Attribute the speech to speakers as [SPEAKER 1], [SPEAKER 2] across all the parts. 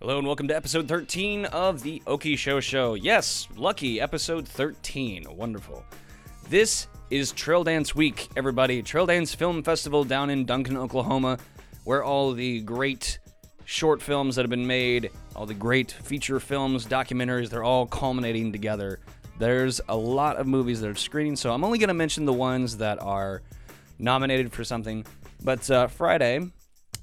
[SPEAKER 1] Hello and welcome to episode 13 of the Oki Show Show. Yes, lucky episode 13. Wonderful. This is Trail Dance Week, everybody. Trail Dance Film Festival down in Duncan, Oklahoma, where all the great short films that have been made, all the great feature films, documentaries, they're all culminating together. There's a lot of movies that are screening, so I'm only going to mention the ones that are nominated for something. But uh, Friday,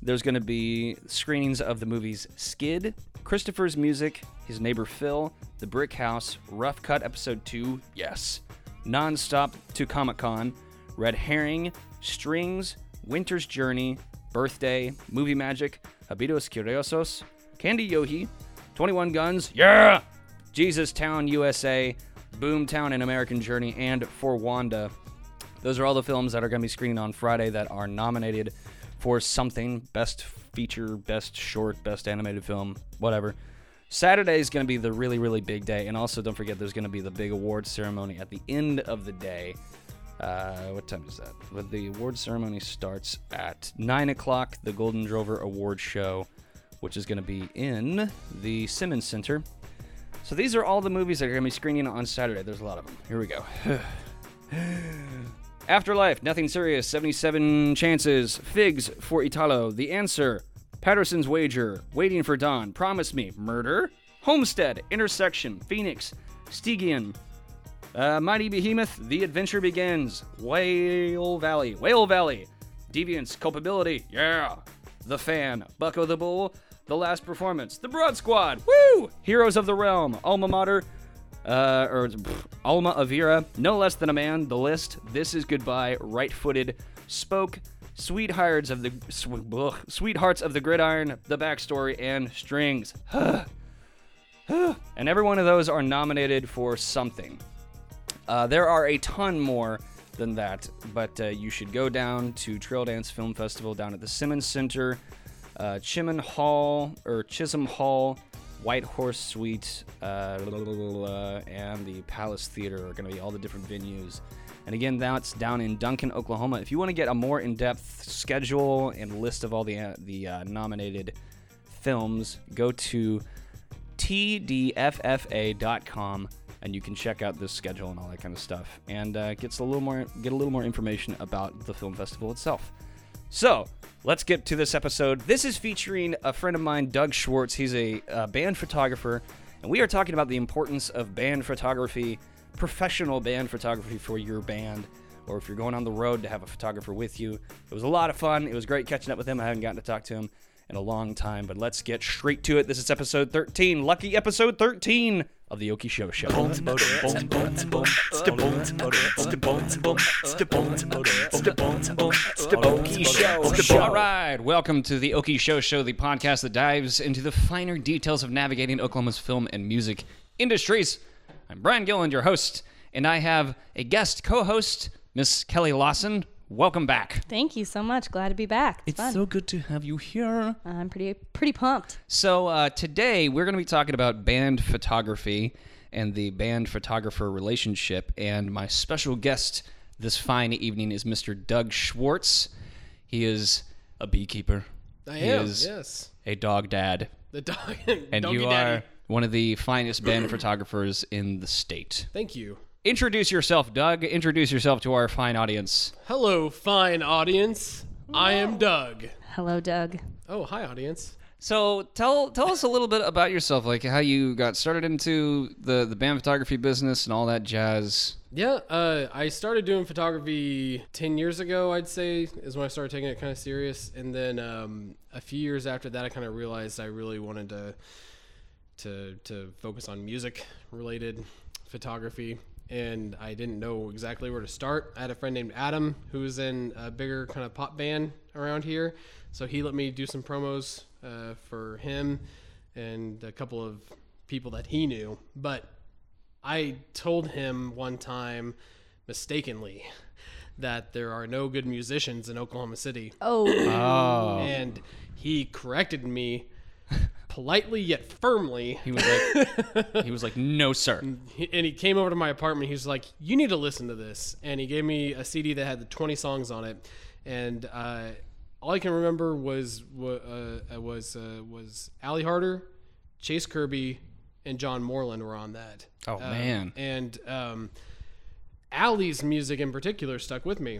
[SPEAKER 1] there's going to be screenings of the movies Skid, Christopher's Music, His Neighbor Phil, The Brick House, Rough Cut Episode 2, yes, Nonstop to Comic Con, Red Herring, Strings, Winter's Journey, Birthday, Movie Magic, Habidos Curiosos, Candy Yohi, 21 Guns, yeah, Jesus Town USA, Boomtown and American Journey, and For Wanda. Those are all the films that are going to be screened on Friday that are nominated for something best feature, best short, best animated film, whatever. Saturday is going to be the really, really big day. And also, don't forget, there's going to be the big awards ceremony at the end of the day. Uh, what time is that? Well, the award ceremony starts at 9 o'clock, the Golden Drover Award Show, which is going to be in the Simmons Center. So these are all the movies that are going to be screening on Saturday. There's a lot of them. Here we go. Afterlife, Nothing Serious, 77 Chances, Figs for Italo, The Answer, Patterson's Wager, Waiting for Dawn, Promise Me, Murder, Homestead, Intersection, Phoenix, Stygian, uh, Mighty Behemoth, The Adventure Begins, Whale Valley, Whale Valley, Deviance, Culpability, yeah, The Fan, Bucko the Bull, The Last Performance, The Broad Squad, woo, Heroes of the Realm, Alma Mater, uh, or pff, Alma Avira, No Less Than a Man, The List, This Is Goodbye, Right Footed, Spoke, Sweethearts of the sw- ugh, Sweethearts of the Gridiron, The Backstory, and Strings. and every one of those are nominated for something. Uh, there are a ton more than that, but uh, you should go down to Trail Dance Film Festival down at the Simmons Center, uh, Chiman Hall or Chisholm Hall, White Horse Suite, uh, blah, blah, blah, blah, blah, and the Palace Theater are going to be all the different venues. And again, that's down in Duncan, Oklahoma. If you want to get a more in-depth schedule and list of all the uh, the uh, nominated films, go to tdffa.com and you can check out this schedule and all that kind of stuff and uh, gets a little more get a little more information about the film festival itself so let's get to this episode this is featuring a friend of mine doug schwartz he's a uh, band photographer and we are talking about the importance of band photography professional band photography for your band or if you're going on the road to have a photographer with you it was a lot of fun it was great catching up with him i haven't gotten to talk to him in a long time, but let's get straight to it. This is episode 13, lucky episode 13 of the Oki Show Show. All right, welcome to the Oki Show Show, the podcast that dives into the finer details of navigating Oklahoma's film and music industries. I'm Brian Gilland, your host, and I have a guest co-host, Miss Kelly Lawson. Welcome back.
[SPEAKER 2] Thank you so much. Glad to be back. It's, fun.
[SPEAKER 1] so good to have you here.
[SPEAKER 2] I'm pretty pretty pumped.
[SPEAKER 1] So uh, today we're going to be talking about band photography and the band photographer relationship. And my special guest this fine evening is Mr. Doug Schwartz. He is a beekeeper.
[SPEAKER 3] I
[SPEAKER 1] He
[SPEAKER 3] am.
[SPEAKER 1] is
[SPEAKER 3] Yes.
[SPEAKER 1] a dog dad,
[SPEAKER 3] The dog.
[SPEAKER 1] and
[SPEAKER 3] doggy
[SPEAKER 1] you
[SPEAKER 3] daddy.
[SPEAKER 1] are one of the finest band photographers in the state.
[SPEAKER 3] Thank you.
[SPEAKER 1] Introduce yourself, Doug. Introduce yourself to our fine audience.
[SPEAKER 3] Hello, fine audience. I am Doug.
[SPEAKER 2] Hello, Doug.
[SPEAKER 3] Oh, hi, audience.
[SPEAKER 1] So tell tell us a little bit about yourself, like how you got started into the the band photography business and all that jazz.
[SPEAKER 3] Yeah, uh, I started doing photography 10 years ago, I'd say, is when I started taking it kind of serious. And then um, a few years after that, I kind of realized I really wanted to, to, to focus on music related photography. And I didn't know exactly where to start. I had a friend named Adam who was in a bigger kind of pop band around here. So he let me do some promos uh, for him and a couple of people that he knew. But I told him one time, mistakenly, that there are no good musicians in Oklahoma City.
[SPEAKER 1] Uh,
[SPEAKER 2] Oh,
[SPEAKER 3] And he corrected me politely yet firmly.
[SPEAKER 1] He was like, he was like, no, sir.
[SPEAKER 3] He- and he came over to my apartment. He was like, "You need to listen to this." And he gave me a CD that had the 20 songs on it, and uh, all I can remember was wa- uh, uh, was uh, was Allie Harder Chase Kirby and John Moreland were on that.
[SPEAKER 1] Oh,
[SPEAKER 3] Um,
[SPEAKER 1] man.
[SPEAKER 3] And um, Allie's music in particular stuck with me.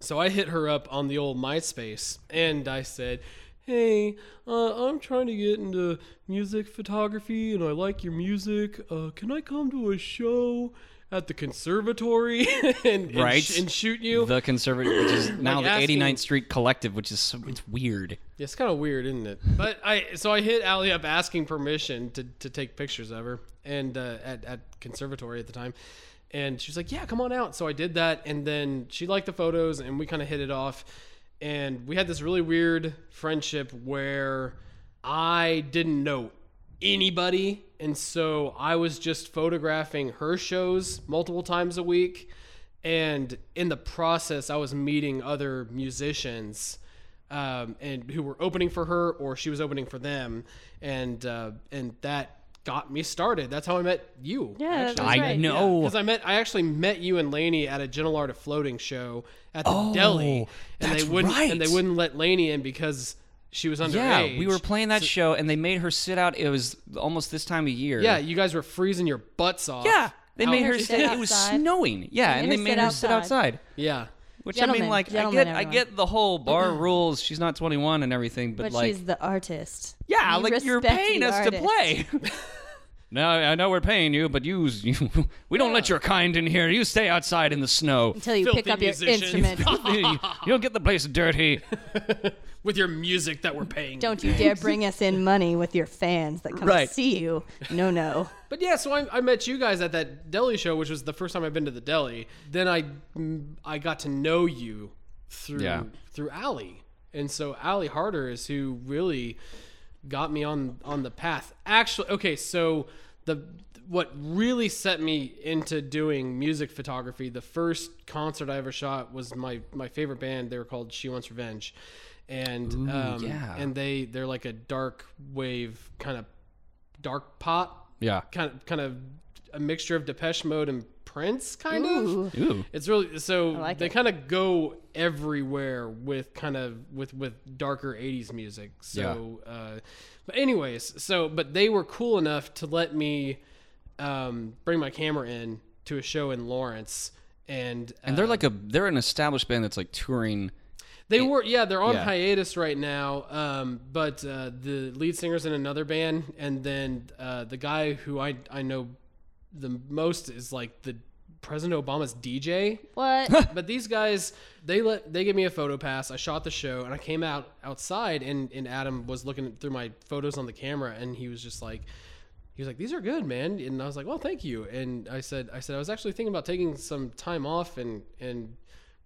[SPEAKER 3] So I hit her up on the old MySpace and I said, Hey, uh, I'm trying to get into music photography and I like your music. Uh, can I come to a show at the conservatory and, and
[SPEAKER 1] Right.
[SPEAKER 3] sh- and shoot you?
[SPEAKER 1] The conservative, which is now
[SPEAKER 3] Like
[SPEAKER 1] the
[SPEAKER 3] asking-
[SPEAKER 1] 89th Street Collective, which is so, it's weird.
[SPEAKER 3] Yeah, it's kind of weird, isn't it? But I so I hit Allie up asking permission to, to take pictures of her and uh, at at conservatory at the time, and she was like, "Yeah, come on out." So I did that, and then she liked the photos, and we kind of hit it off, and we had this really weird friendship where I didn't know anybody, and so I was just photographing her shows multiple times a week, and in the process, I was meeting other musicians um, and who were opening for her or she was opening for them, and uh, and that got me started. That's how I met you.
[SPEAKER 2] Yeah,
[SPEAKER 3] actually.
[SPEAKER 2] That's
[SPEAKER 1] I
[SPEAKER 2] right,
[SPEAKER 1] know.
[SPEAKER 3] Because I met, I actually met you and Laney at a Gentle Art of Floating show at the deli, and
[SPEAKER 1] Oh, that's
[SPEAKER 3] they wouldn't,
[SPEAKER 1] right.
[SPEAKER 3] and they wouldn't let Laney in because she was underage.
[SPEAKER 1] Yeah, we were playing that show, and they made her sit out. It was almost this time of year.
[SPEAKER 3] Yeah, you guys were freezing your butts off.
[SPEAKER 1] yeah. They
[SPEAKER 3] Out-
[SPEAKER 1] made her.
[SPEAKER 2] Sit
[SPEAKER 1] Sit, it was
[SPEAKER 2] outside.
[SPEAKER 1] snowing. Yeah,
[SPEAKER 2] They
[SPEAKER 1] and
[SPEAKER 2] made
[SPEAKER 1] they
[SPEAKER 2] her
[SPEAKER 1] made
[SPEAKER 2] sit
[SPEAKER 1] her sit
[SPEAKER 2] outside.
[SPEAKER 1] outside.
[SPEAKER 3] Yeah.
[SPEAKER 1] Which I
[SPEAKER 2] Gentlemen,
[SPEAKER 1] mean, like, I
[SPEAKER 2] gentlemen,
[SPEAKER 1] get, I
[SPEAKER 2] everyone.
[SPEAKER 1] get the whole bar rules. She's not 21 and everything, but,
[SPEAKER 2] But
[SPEAKER 1] like,
[SPEAKER 2] she's the artist.
[SPEAKER 1] yeah,
[SPEAKER 2] You
[SPEAKER 1] like you're
[SPEAKER 2] respect
[SPEAKER 1] paying
[SPEAKER 2] the
[SPEAKER 1] us to
[SPEAKER 2] artist.
[SPEAKER 1] play. no, I know we're paying you, but you, you we don't let your kind in here. You stay outside in the snow.
[SPEAKER 2] Until you pick
[SPEAKER 3] Filthy
[SPEAKER 2] up your
[SPEAKER 3] musicians.
[SPEAKER 2] instrument.
[SPEAKER 1] you, you'll get the place dirty.
[SPEAKER 3] With your music that we're paying.
[SPEAKER 2] Don't you dare bring us in money with your fans that come
[SPEAKER 1] Right.
[SPEAKER 2] to see you. No, no.
[SPEAKER 3] But yeah, so I, I met you guys at that deli show, which was the first time I've been to the deli. Then I mm, I got to know you through
[SPEAKER 1] Yeah.
[SPEAKER 3] through Allie, and so Allie Harder is who really got me on on the path. Actually, okay, so the what really set me into doing music photography. The first concert I ever shot was my my favorite band. They were called She Wants Revenge, and um,
[SPEAKER 1] yeah.
[SPEAKER 3] and they they're like a dark wave kind of dark pop
[SPEAKER 1] Yeah.
[SPEAKER 3] kind of kind of a mixture of Depeche Mode and Prince, kind
[SPEAKER 2] Ooh.
[SPEAKER 3] of.
[SPEAKER 1] Ooh.
[SPEAKER 3] It's really so
[SPEAKER 2] like
[SPEAKER 3] they
[SPEAKER 2] it.
[SPEAKER 3] kind of go everywhere with kind of with with darker '80s music. So, uh, but anyways, so but they were cool enough to let me um, bring my camera in to a show in Lawrence, and uh,
[SPEAKER 1] And they're like a they're an established band that's like touring.
[SPEAKER 3] they were yeah they're on
[SPEAKER 1] yeah.
[SPEAKER 3] hiatus right now. Um, but uh, the lead singer's in another band, and then uh, the guy who I I know the most is like the President Obama's DJ.
[SPEAKER 2] What?
[SPEAKER 3] But these guys, they let they gave me a photo pass. I shot the show, and I came out outside, and and Adam was looking through my photos on the camera, and he was just like, he was like, "These are good, man." And I was like, "Well, thank you." And I said, I said I was actually thinking about taking some time off and and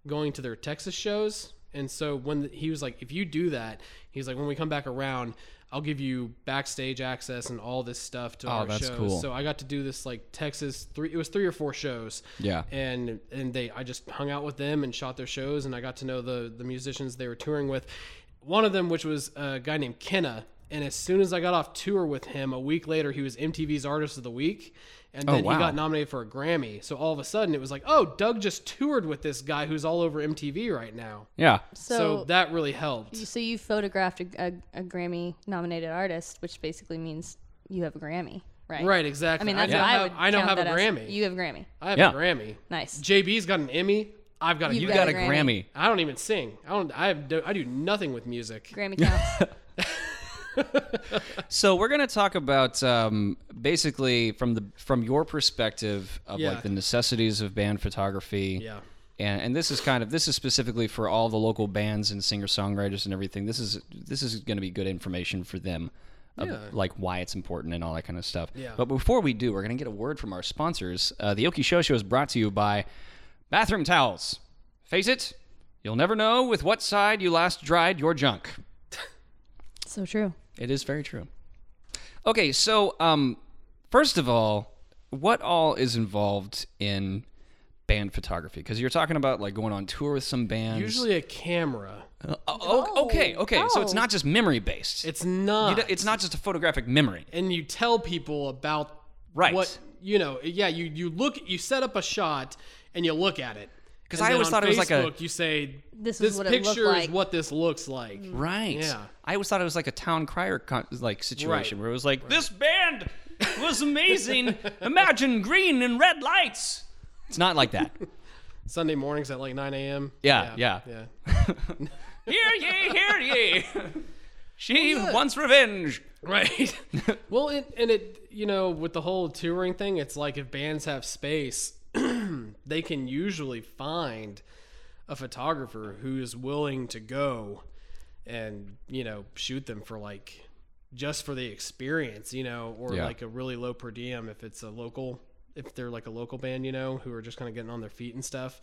[SPEAKER 3] going to their Texas shows. And so when he was like, "If you do that," he's like, "When we come back around." I'll give you backstage access and all this stuff to our
[SPEAKER 1] Oh, that's
[SPEAKER 3] shows.
[SPEAKER 1] cool.
[SPEAKER 3] So I got to do this like Texas three. It was three or four shows
[SPEAKER 1] Yeah.
[SPEAKER 3] and and they I just hung out with them and shot their shows and I got to know the the musicians they were touring with. One of them, which was a guy named Kenna, and as soon as I got off tour with him, a week later he was MTV's Artist of the Week, and then
[SPEAKER 1] Oh, wow.
[SPEAKER 3] he got nominated for a Grammy. So all of a sudden it was like, oh, Doug just toured with this guy who's all over MTV right now.
[SPEAKER 1] Yeah.
[SPEAKER 3] So,
[SPEAKER 2] So,
[SPEAKER 3] that really helped.
[SPEAKER 2] so you photographed a, a, a Grammy nominated artist, which basically means you have a Grammy, right?
[SPEAKER 3] Right, exactly.
[SPEAKER 2] I mean, that's
[SPEAKER 3] now
[SPEAKER 2] what I
[SPEAKER 3] have,
[SPEAKER 2] would.
[SPEAKER 3] I now
[SPEAKER 2] count
[SPEAKER 3] have a
[SPEAKER 2] that as.
[SPEAKER 3] Grammy.
[SPEAKER 2] You have Grammy.
[SPEAKER 3] I have
[SPEAKER 1] Yeah.
[SPEAKER 3] a Grammy.
[SPEAKER 2] Nice.
[SPEAKER 3] JB's got an Emmy. I've got a.
[SPEAKER 2] You
[SPEAKER 1] You
[SPEAKER 2] got
[SPEAKER 1] got
[SPEAKER 2] a
[SPEAKER 1] a Grammy.
[SPEAKER 3] I don't even sing. I don't. I have. I do nothing with music.
[SPEAKER 2] Grammy counts.
[SPEAKER 1] So we're gonna talk about um, basically from the from your perspective of
[SPEAKER 3] Yeah.
[SPEAKER 1] like the necessities of band photography.
[SPEAKER 3] Yeah.
[SPEAKER 1] And, and this is kind of this is specifically for all the local bands and singer songwriters and everything. This is this is going to be good information for them, of, like why it's important and all that kind of stuff.
[SPEAKER 3] Yeah.
[SPEAKER 1] But before we do, we're going to get a word from our sponsors. Uh, the Oki Show Show is brought to you by Bathroom Towels. Face it, you'll never know with what side you last dried your junk.
[SPEAKER 2] so true.
[SPEAKER 1] It is very true. Okay, so um, first of all, what all is involved in band photography? Because you're talking about like going on tour with some bands.
[SPEAKER 3] Usually a camera.
[SPEAKER 1] Uh, o-
[SPEAKER 2] No,
[SPEAKER 1] okay, okay. So it's
[SPEAKER 2] no.
[SPEAKER 1] not just memory based.
[SPEAKER 3] It's not.
[SPEAKER 1] it's not just a photographic memory.
[SPEAKER 3] and you tell people about
[SPEAKER 1] Right.
[SPEAKER 3] what you know. Yeah, you you look. You set up a shot and you look at it,
[SPEAKER 1] Because
[SPEAKER 3] And
[SPEAKER 1] I
[SPEAKER 3] then
[SPEAKER 1] always
[SPEAKER 3] on
[SPEAKER 1] thought it was like a
[SPEAKER 3] Facebook, you say
[SPEAKER 2] This
[SPEAKER 3] this,
[SPEAKER 2] is what it looked
[SPEAKER 3] picture
[SPEAKER 2] like."
[SPEAKER 3] is what this looks like.
[SPEAKER 1] right.
[SPEAKER 3] Yeah.
[SPEAKER 1] I always thought it was like a town crier con- like situation where it was like this band was amazing. Imagine green and red lights. It's not like that.
[SPEAKER 3] Sunday mornings at like 9 a.m.
[SPEAKER 1] Yeah, yeah.
[SPEAKER 3] yeah.
[SPEAKER 1] hear ye, hear ye. She wants revenge.
[SPEAKER 3] Right. well, it, and it, you know, with the whole touring thing, it's like if bands have space, they can usually find a photographer who is willing to go and, you know, shoot them for like just for the experience, you know, or
[SPEAKER 1] Yeah.
[SPEAKER 3] like a really low per diem if it's a local, if they're like a local band, you know, who are just kind of getting on their feet and stuff.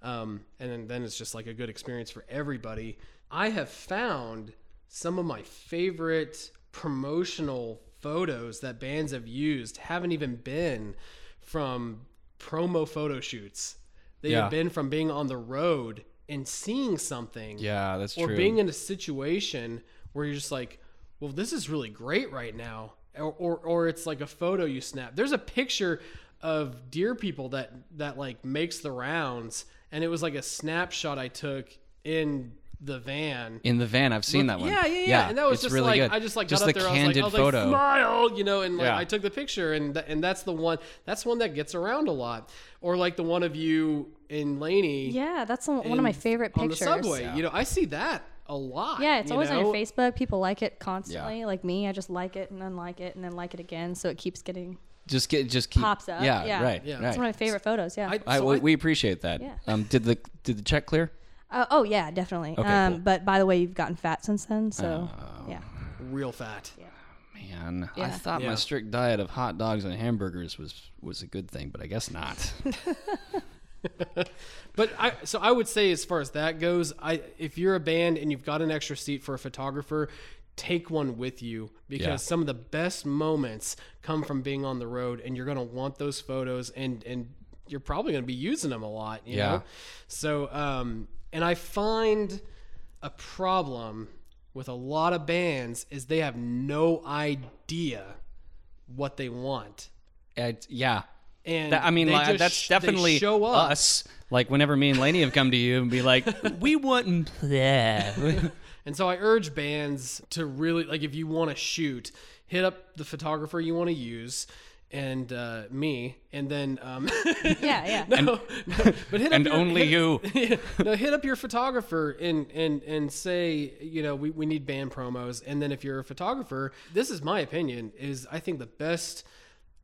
[SPEAKER 3] Um, and then, then it's just like a good experience for everybody. I have found some of my favorite promotional photos that bands have used haven't even been from promo photo shoots. They
[SPEAKER 1] Yeah.
[SPEAKER 3] have been from being on the road and seeing something
[SPEAKER 1] Yeah, that's
[SPEAKER 3] or being in a situation where you're just like, well, this is really great right now, or, or or it's like a photo you snap. There's a picture of deer people that that like makes the rounds, and it was like a snapshot I took in the van.
[SPEAKER 1] in the van, I've seen that one.
[SPEAKER 3] Yeah, yeah, yeah, And that was
[SPEAKER 1] it's
[SPEAKER 3] just
[SPEAKER 1] really
[SPEAKER 3] like
[SPEAKER 1] good.
[SPEAKER 3] I just like
[SPEAKER 1] just
[SPEAKER 3] got up
[SPEAKER 1] the
[SPEAKER 3] there.
[SPEAKER 1] candid
[SPEAKER 3] I was like, I was
[SPEAKER 1] photo.
[SPEAKER 3] like, smile, you know, and like
[SPEAKER 1] Yeah.
[SPEAKER 3] I took the picture, and th- and that's the one. That's one that gets around a lot, or like the one of you in Laney
[SPEAKER 2] Yeah, that's one one of my
[SPEAKER 3] and
[SPEAKER 2] favorite
[SPEAKER 3] on
[SPEAKER 2] pictures.
[SPEAKER 3] the subway. You know, I see that a lot.
[SPEAKER 2] Yeah, it's
[SPEAKER 3] you
[SPEAKER 2] always on
[SPEAKER 3] know?
[SPEAKER 2] your Facebook. People like it constantly. Like me, I just like it and unlike it and then like it again, so it keeps getting.
[SPEAKER 1] just get just keep,
[SPEAKER 2] Pops up,
[SPEAKER 1] Yeah,
[SPEAKER 2] yeah.
[SPEAKER 1] right.
[SPEAKER 3] Yeah.
[SPEAKER 2] It's
[SPEAKER 1] right.
[SPEAKER 2] one of my favorite photos. Yeah.
[SPEAKER 3] I,
[SPEAKER 1] I,
[SPEAKER 3] so
[SPEAKER 1] we,
[SPEAKER 3] I-
[SPEAKER 1] we appreciate that.
[SPEAKER 2] Yeah.
[SPEAKER 1] Um, did the did the check clear?
[SPEAKER 2] Uh, oh yeah, definitely.
[SPEAKER 1] Okay,
[SPEAKER 2] um,
[SPEAKER 1] cool.
[SPEAKER 2] But by the way, you've gotten fat since then, so yeah.
[SPEAKER 3] real fat.
[SPEAKER 1] Man, I
[SPEAKER 2] Yeah.
[SPEAKER 1] thought my
[SPEAKER 3] Yeah.
[SPEAKER 1] strict diet of hot dogs and hamburgers was was a good thing, but I guess not.
[SPEAKER 3] But I so I would say as far as that goes, I if you're a band and you've got an extra seat for a photographer, take one with you because
[SPEAKER 1] Yeah.
[SPEAKER 3] some of the best moments come from being on the road and you're going to want those photos and and you're probably going to be using them a lot, you
[SPEAKER 1] Yeah.
[SPEAKER 3] know. So um and I find a problem with a lot of bands is they have no idea what they want.
[SPEAKER 1] It- yeah.
[SPEAKER 3] And
[SPEAKER 1] That- I mean,
[SPEAKER 3] they
[SPEAKER 1] like,
[SPEAKER 3] just-
[SPEAKER 1] that's
[SPEAKER 3] they
[SPEAKER 1] definitely
[SPEAKER 3] show up.
[SPEAKER 1] us. Like whenever me and Laney have come to you and be like, we wouldn't play.
[SPEAKER 3] And so I urge bands to really like if you want to shoot, hit up the photographer you want to use and uh, me, and then um,
[SPEAKER 2] Yeah, yeah.
[SPEAKER 3] no, no, but hit
[SPEAKER 1] and
[SPEAKER 3] up your-
[SPEAKER 1] only
[SPEAKER 3] hit-
[SPEAKER 1] you.
[SPEAKER 3] no, hit up your photographer and and and say, you know, we, we need band promos. And then if you're a photographer, this is my opinion, is I think the best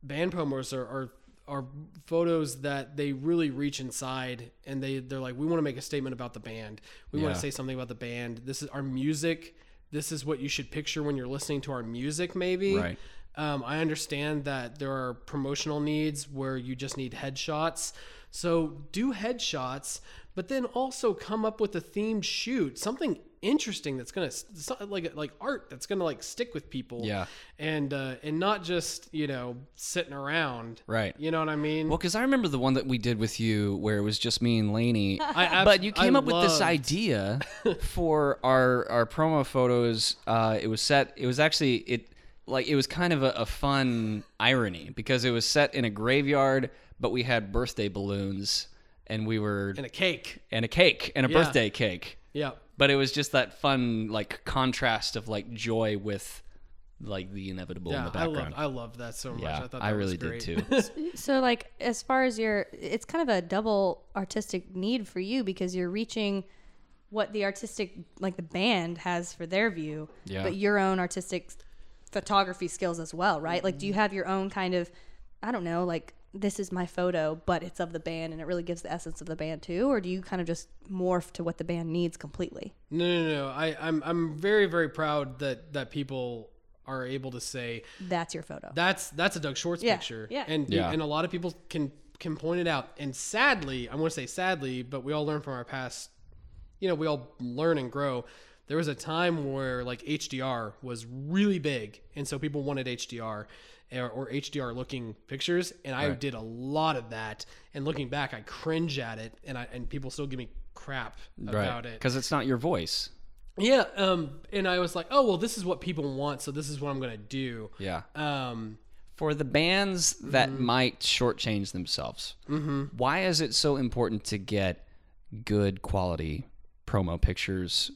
[SPEAKER 3] band promos are are, are photos that they really reach inside and they they're like, we want to make a statement about the band. We want
[SPEAKER 1] Yeah.
[SPEAKER 3] to say something about the band. This is our music. This is what you should picture when you're listening to our music, maybe.
[SPEAKER 1] Right.
[SPEAKER 3] Um, I understand that there are promotional needs where you just need headshots. So do headshots, but then also come up with a themed shoot, something interesting that's gonna so- like like art that's gonna like stick with people.
[SPEAKER 1] Yeah.
[SPEAKER 3] and uh, and not just you know sitting around.
[SPEAKER 1] Right.
[SPEAKER 3] You know what I mean?
[SPEAKER 1] Well, because I remember the one that we did with you where it was just me and Lainey.
[SPEAKER 3] I
[SPEAKER 1] but you came
[SPEAKER 3] I
[SPEAKER 1] up with this
[SPEAKER 3] loved-
[SPEAKER 1] idea for our our promo photos. Uh, it was set. It was actually it like it was kind of a, a fun irony because it was set in a graveyard, but we had birthday balloons and we were
[SPEAKER 3] and a cake.
[SPEAKER 1] and a cake and a birthday cake.
[SPEAKER 3] Yeah.
[SPEAKER 1] But it was just that fun like contrast of like joy with like the inevitable in
[SPEAKER 3] Yeah,
[SPEAKER 1] the
[SPEAKER 3] I love
[SPEAKER 1] background.
[SPEAKER 3] I love that so much.
[SPEAKER 1] yeah,
[SPEAKER 3] I
[SPEAKER 1] I,
[SPEAKER 3] thought that
[SPEAKER 1] really
[SPEAKER 3] was great.
[SPEAKER 1] did too.
[SPEAKER 2] So like, as far as your, it's kind of a double artistic need for you because you're reaching what the artistic, like the band has for their view,
[SPEAKER 1] Yeah.
[SPEAKER 2] but your own artistic photography skills as well, right? Like, do you have your own kind of, I don't know, like this is my photo, but it's of the band and it really gives the essence of the band too, or do you kind of just morph to what the band needs completely?
[SPEAKER 3] No, no, no. I, I'm I'm very very proud that that people are able to say
[SPEAKER 2] That's your photo.
[SPEAKER 3] that's that's a Doug Schwartz
[SPEAKER 2] Yeah,
[SPEAKER 3] picture.
[SPEAKER 2] yeah.
[SPEAKER 3] And
[SPEAKER 1] Yeah.
[SPEAKER 3] and a lot of people can can point it out. And sadly, I want to say sadly, but we all learn from our past. You know, we all learn and grow. There was a time where like HDR was really big, and so people wanted HDR or, or HDR looking pictures, and I did a lot of that. And looking back, I cringe at it, and I and people still give me crap about it.
[SPEAKER 1] Because it's not your voice.
[SPEAKER 3] Yeah, um, and I was like, oh well, this is what people want, so this is what I'm gonna do.
[SPEAKER 1] Yeah.
[SPEAKER 3] Um,
[SPEAKER 1] For the bands that might shortchange themselves, why is it so important to get good quality promo pictures,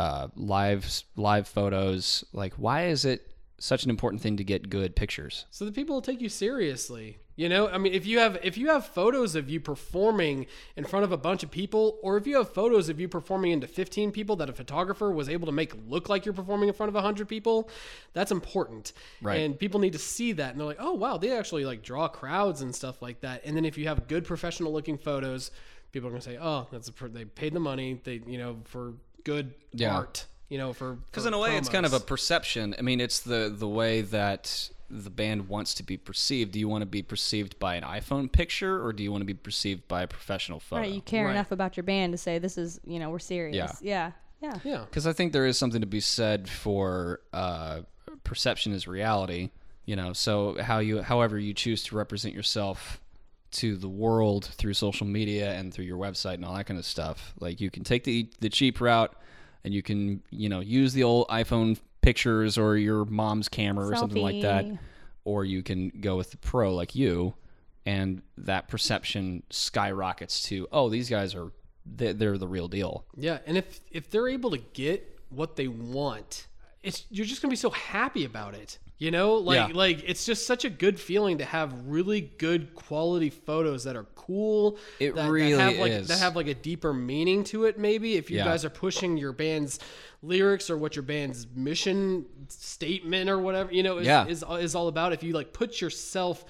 [SPEAKER 1] uh, live live photos. Like, why is it such an important thing to get good pictures?
[SPEAKER 3] so that people will take you seriously you know i mean if you have if you have photos of you performing in front of a bunch of people or if you have photos of you performing into 15 people that a photographer was able to make look like you're performing in front of 100 people that's important
[SPEAKER 1] Right.
[SPEAKER 3] and people need to see that and they're like oh wow they actually like draw crowds and stuff like that and then if you have good professional looking photos people are going to say oh that's a pr- they paid the money they you know for good
[SPEAKER 1] Yeah.
[SPEAKER 3] art you know for
[SPEAKER 1] Because in a way, it's kind of a perception. I mean, it's the the way that the band wants to be perceived. Do you want to be perceived by an iPhone picture, or do you want to be perceived by a professional photo?
[SPEAKER 2] Right, you care enough about your band to say this is, you know, we're serious.
[SPEAKER 1] Yeah.
[SPEAKER 2] yeah. Yeah.
[SPEAKER 3] yeah
[SPEAKER 1] because I think there is something to be said for uh, perception is reality. You know, so how you, however you choose to represent yourself to the world through social media and through your website and all that kind of stuff, like you can take the the cheap route, and you can you know use the old iPhone pictures or your mom's camera or something like that,
[SPEAKER 2] Selfie.
[SPEAKER 1] or you can go with the pro like you, and that perception skyrockets to oh these guys are they- they're the real deal.
[SPEAKER 3] Yeah, and if if they're able to get what they want, it's you're just gonna be so happy about it. You know, like
[SPEAKER 1] Yeah.
[SPEAKER 3] like it's just such a good feeling to have really good quality photos that are cool.
[SPEAKER 1] It
[SPEAKER 3] that,
[SPEAKER 1] really
[SPEAKER 3] that have like,
[SPEAKER 1] is.
[SPEAKER 3] That have like a deeper meaning to it. Maybe if you
[SPEAKER 1] Yeah.
[SPEAKER 3] guys are pushing your band's lyrics or what your band's mission statement or whatever you know is
[SPEAKER 1] Yeah.
[SPEAKER 3] is, is all about. If you like put yourself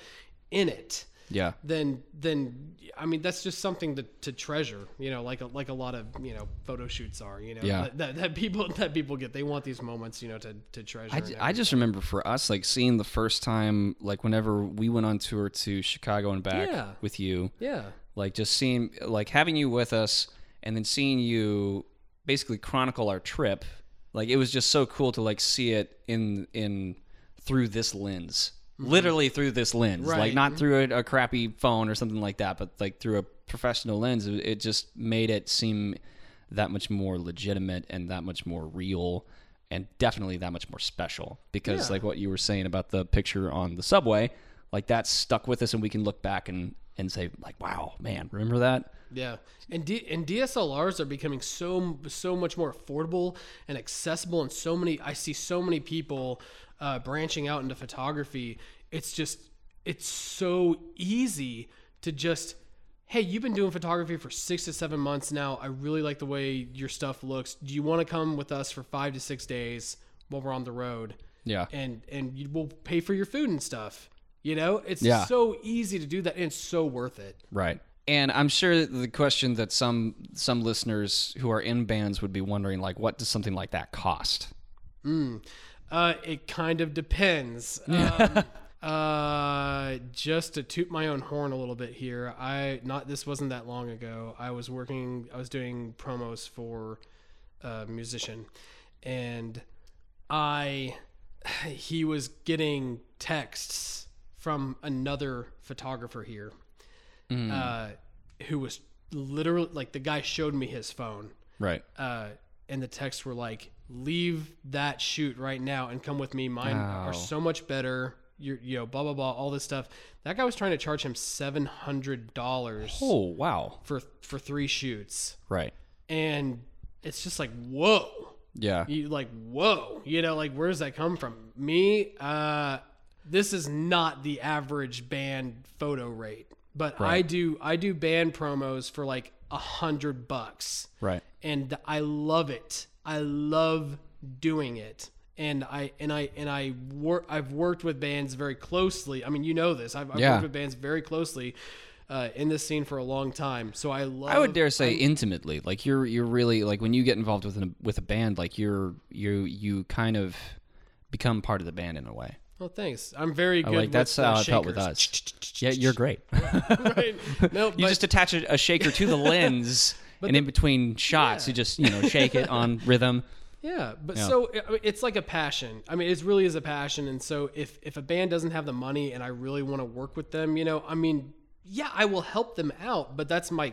[SPEAKER 3] in it
[SPEAKER 1] Yeah.
[SPEAKER 3] then then I mean that's just something to, to treasure, you know, like a, like a lot of you know photo shoots are, you know,
[SPEAKER 1] Yeah.
[SPEAKER 3] that, that, that people that people get they want these moments, you know, to to treasure.
[SPEAKER 1] I,
[SPEAKER 3] and
[SPEAKER 1] ju- I just remember for us, like seeing the first time, like whenever we went on tour to Chicago and back
[SPEAKER 3] Yeah.
[SPEAKER 1] with you,
[SPEAKER 3] yeah,
[SPEAKER 1] like just seeing, like having you with us and then seeing you basically chronicle our trip. Like it was just so cool to like see it in, in through this lens, literally through this lens, like
[SPEAKER 3] Mm-hmm. Right. Mm-hmm.
[SPEAKER 1] not through a, a crappy phone or something like that, but like through a professional lens. It, it just made it seem that much more legitimate and that much more real and definitely that much more special because like what you were saying about the picture on the subway like that stuck with us and we can look back and and say like wow man remember that
[SPEAKER 3] yeah. And D, and DSLRs are becoming so so much more affordable and accessible, and so many I see so many people uh, branching out into photography. It's just it's so easy to just hey, you've been doing photography for six to seven months now. I really like the way your stuff looks. Do you want to come with us for five to six days while we're on the road?
[SPEAKER 1] Yeah.
[SPEAKER 3] And and you- we'll pay for your food and stuff. You know, it's
[SPEAKER 1] Yeah.
[SPEAKER 3] so easy to do that, and it's so worth it.
[SPEAKER 1] right and i'm sure that the question that some some listeners who are in bands would be wondering like what does something like that cost
[SPEAKER 3] Uh, it kind of depends. Um, uh, just to toot my own horn a little bit here, I not this wasn't that long ago. I was working, I was doing promos for a musician, and I he was getting texts from another photographer here, uh, who was literally like the guy showed me his phone
[SPEAKER 1] right
[SPEAKER 3] uh, and the texts were like, "Leave that shoot right now and come with me. Mine
[SPEAKER 1] Wow.
[SPEAKER 3] are so much better." You're, you know, blah blah blah, all this stuff. That guy was trying to charge him seven hundred dollars
[SPEAKER 1] oh wow
[SPEAKER 3] for for three shoots,
[SPEAKER 1] right
[SPEAKER 3] and it's just like, whoa,
[SPEAKER 1] yeah
[SPEAKER 3] you like, whoa, you know, like, where does that come from? Me, uh, this is not the average band photo rate, but I
[SPEAKER 1] Right.
[SPEAKER 3] do I do band promos for like a hundred bucks
[SPEAKER 1] right
[SPEAKER 3] and I love it. I love doing it. And I and I and I work. I've worked with bands very closely. I mean, you know this. I've, I've
[SPEAKER 1] Yeah.
[SPEAKER 3] worked with bands very closely uh, in this scene for a long time. So I love.
[SPEAKER 1] Um, I would dare say intimately. Like you're you're really like when you get involved with an, with a band, like you're you you kind of become part of the band in a way.
[SPEAKER 3] Well, thanks. I'm very good.
[SPEAKER 1] like
[SPEAKER 3] with,
[SPEAKER 1] that's
[SPEAKER 3] uh,
[SPEAKER 1] how I felt with
[SPEAKER 3] shakers.
[SPEAKER 1] us. yeah, you're great.
[SPEAKER 3] Right? No,
[SPEAKER 1] you
[SPEAKER 3] but-
[SPEAKER 1] just attach a, a shaker to the lens, and in between shots, you just you know shake it on rhythm.
[SPEAKER 3] Yeah, but so I mean, it's like a passion. I mean, it really is a passion. And so if if a band doesn't have the money and I really want to work with them, you know, I mean, yeah, I will help them out, but that's my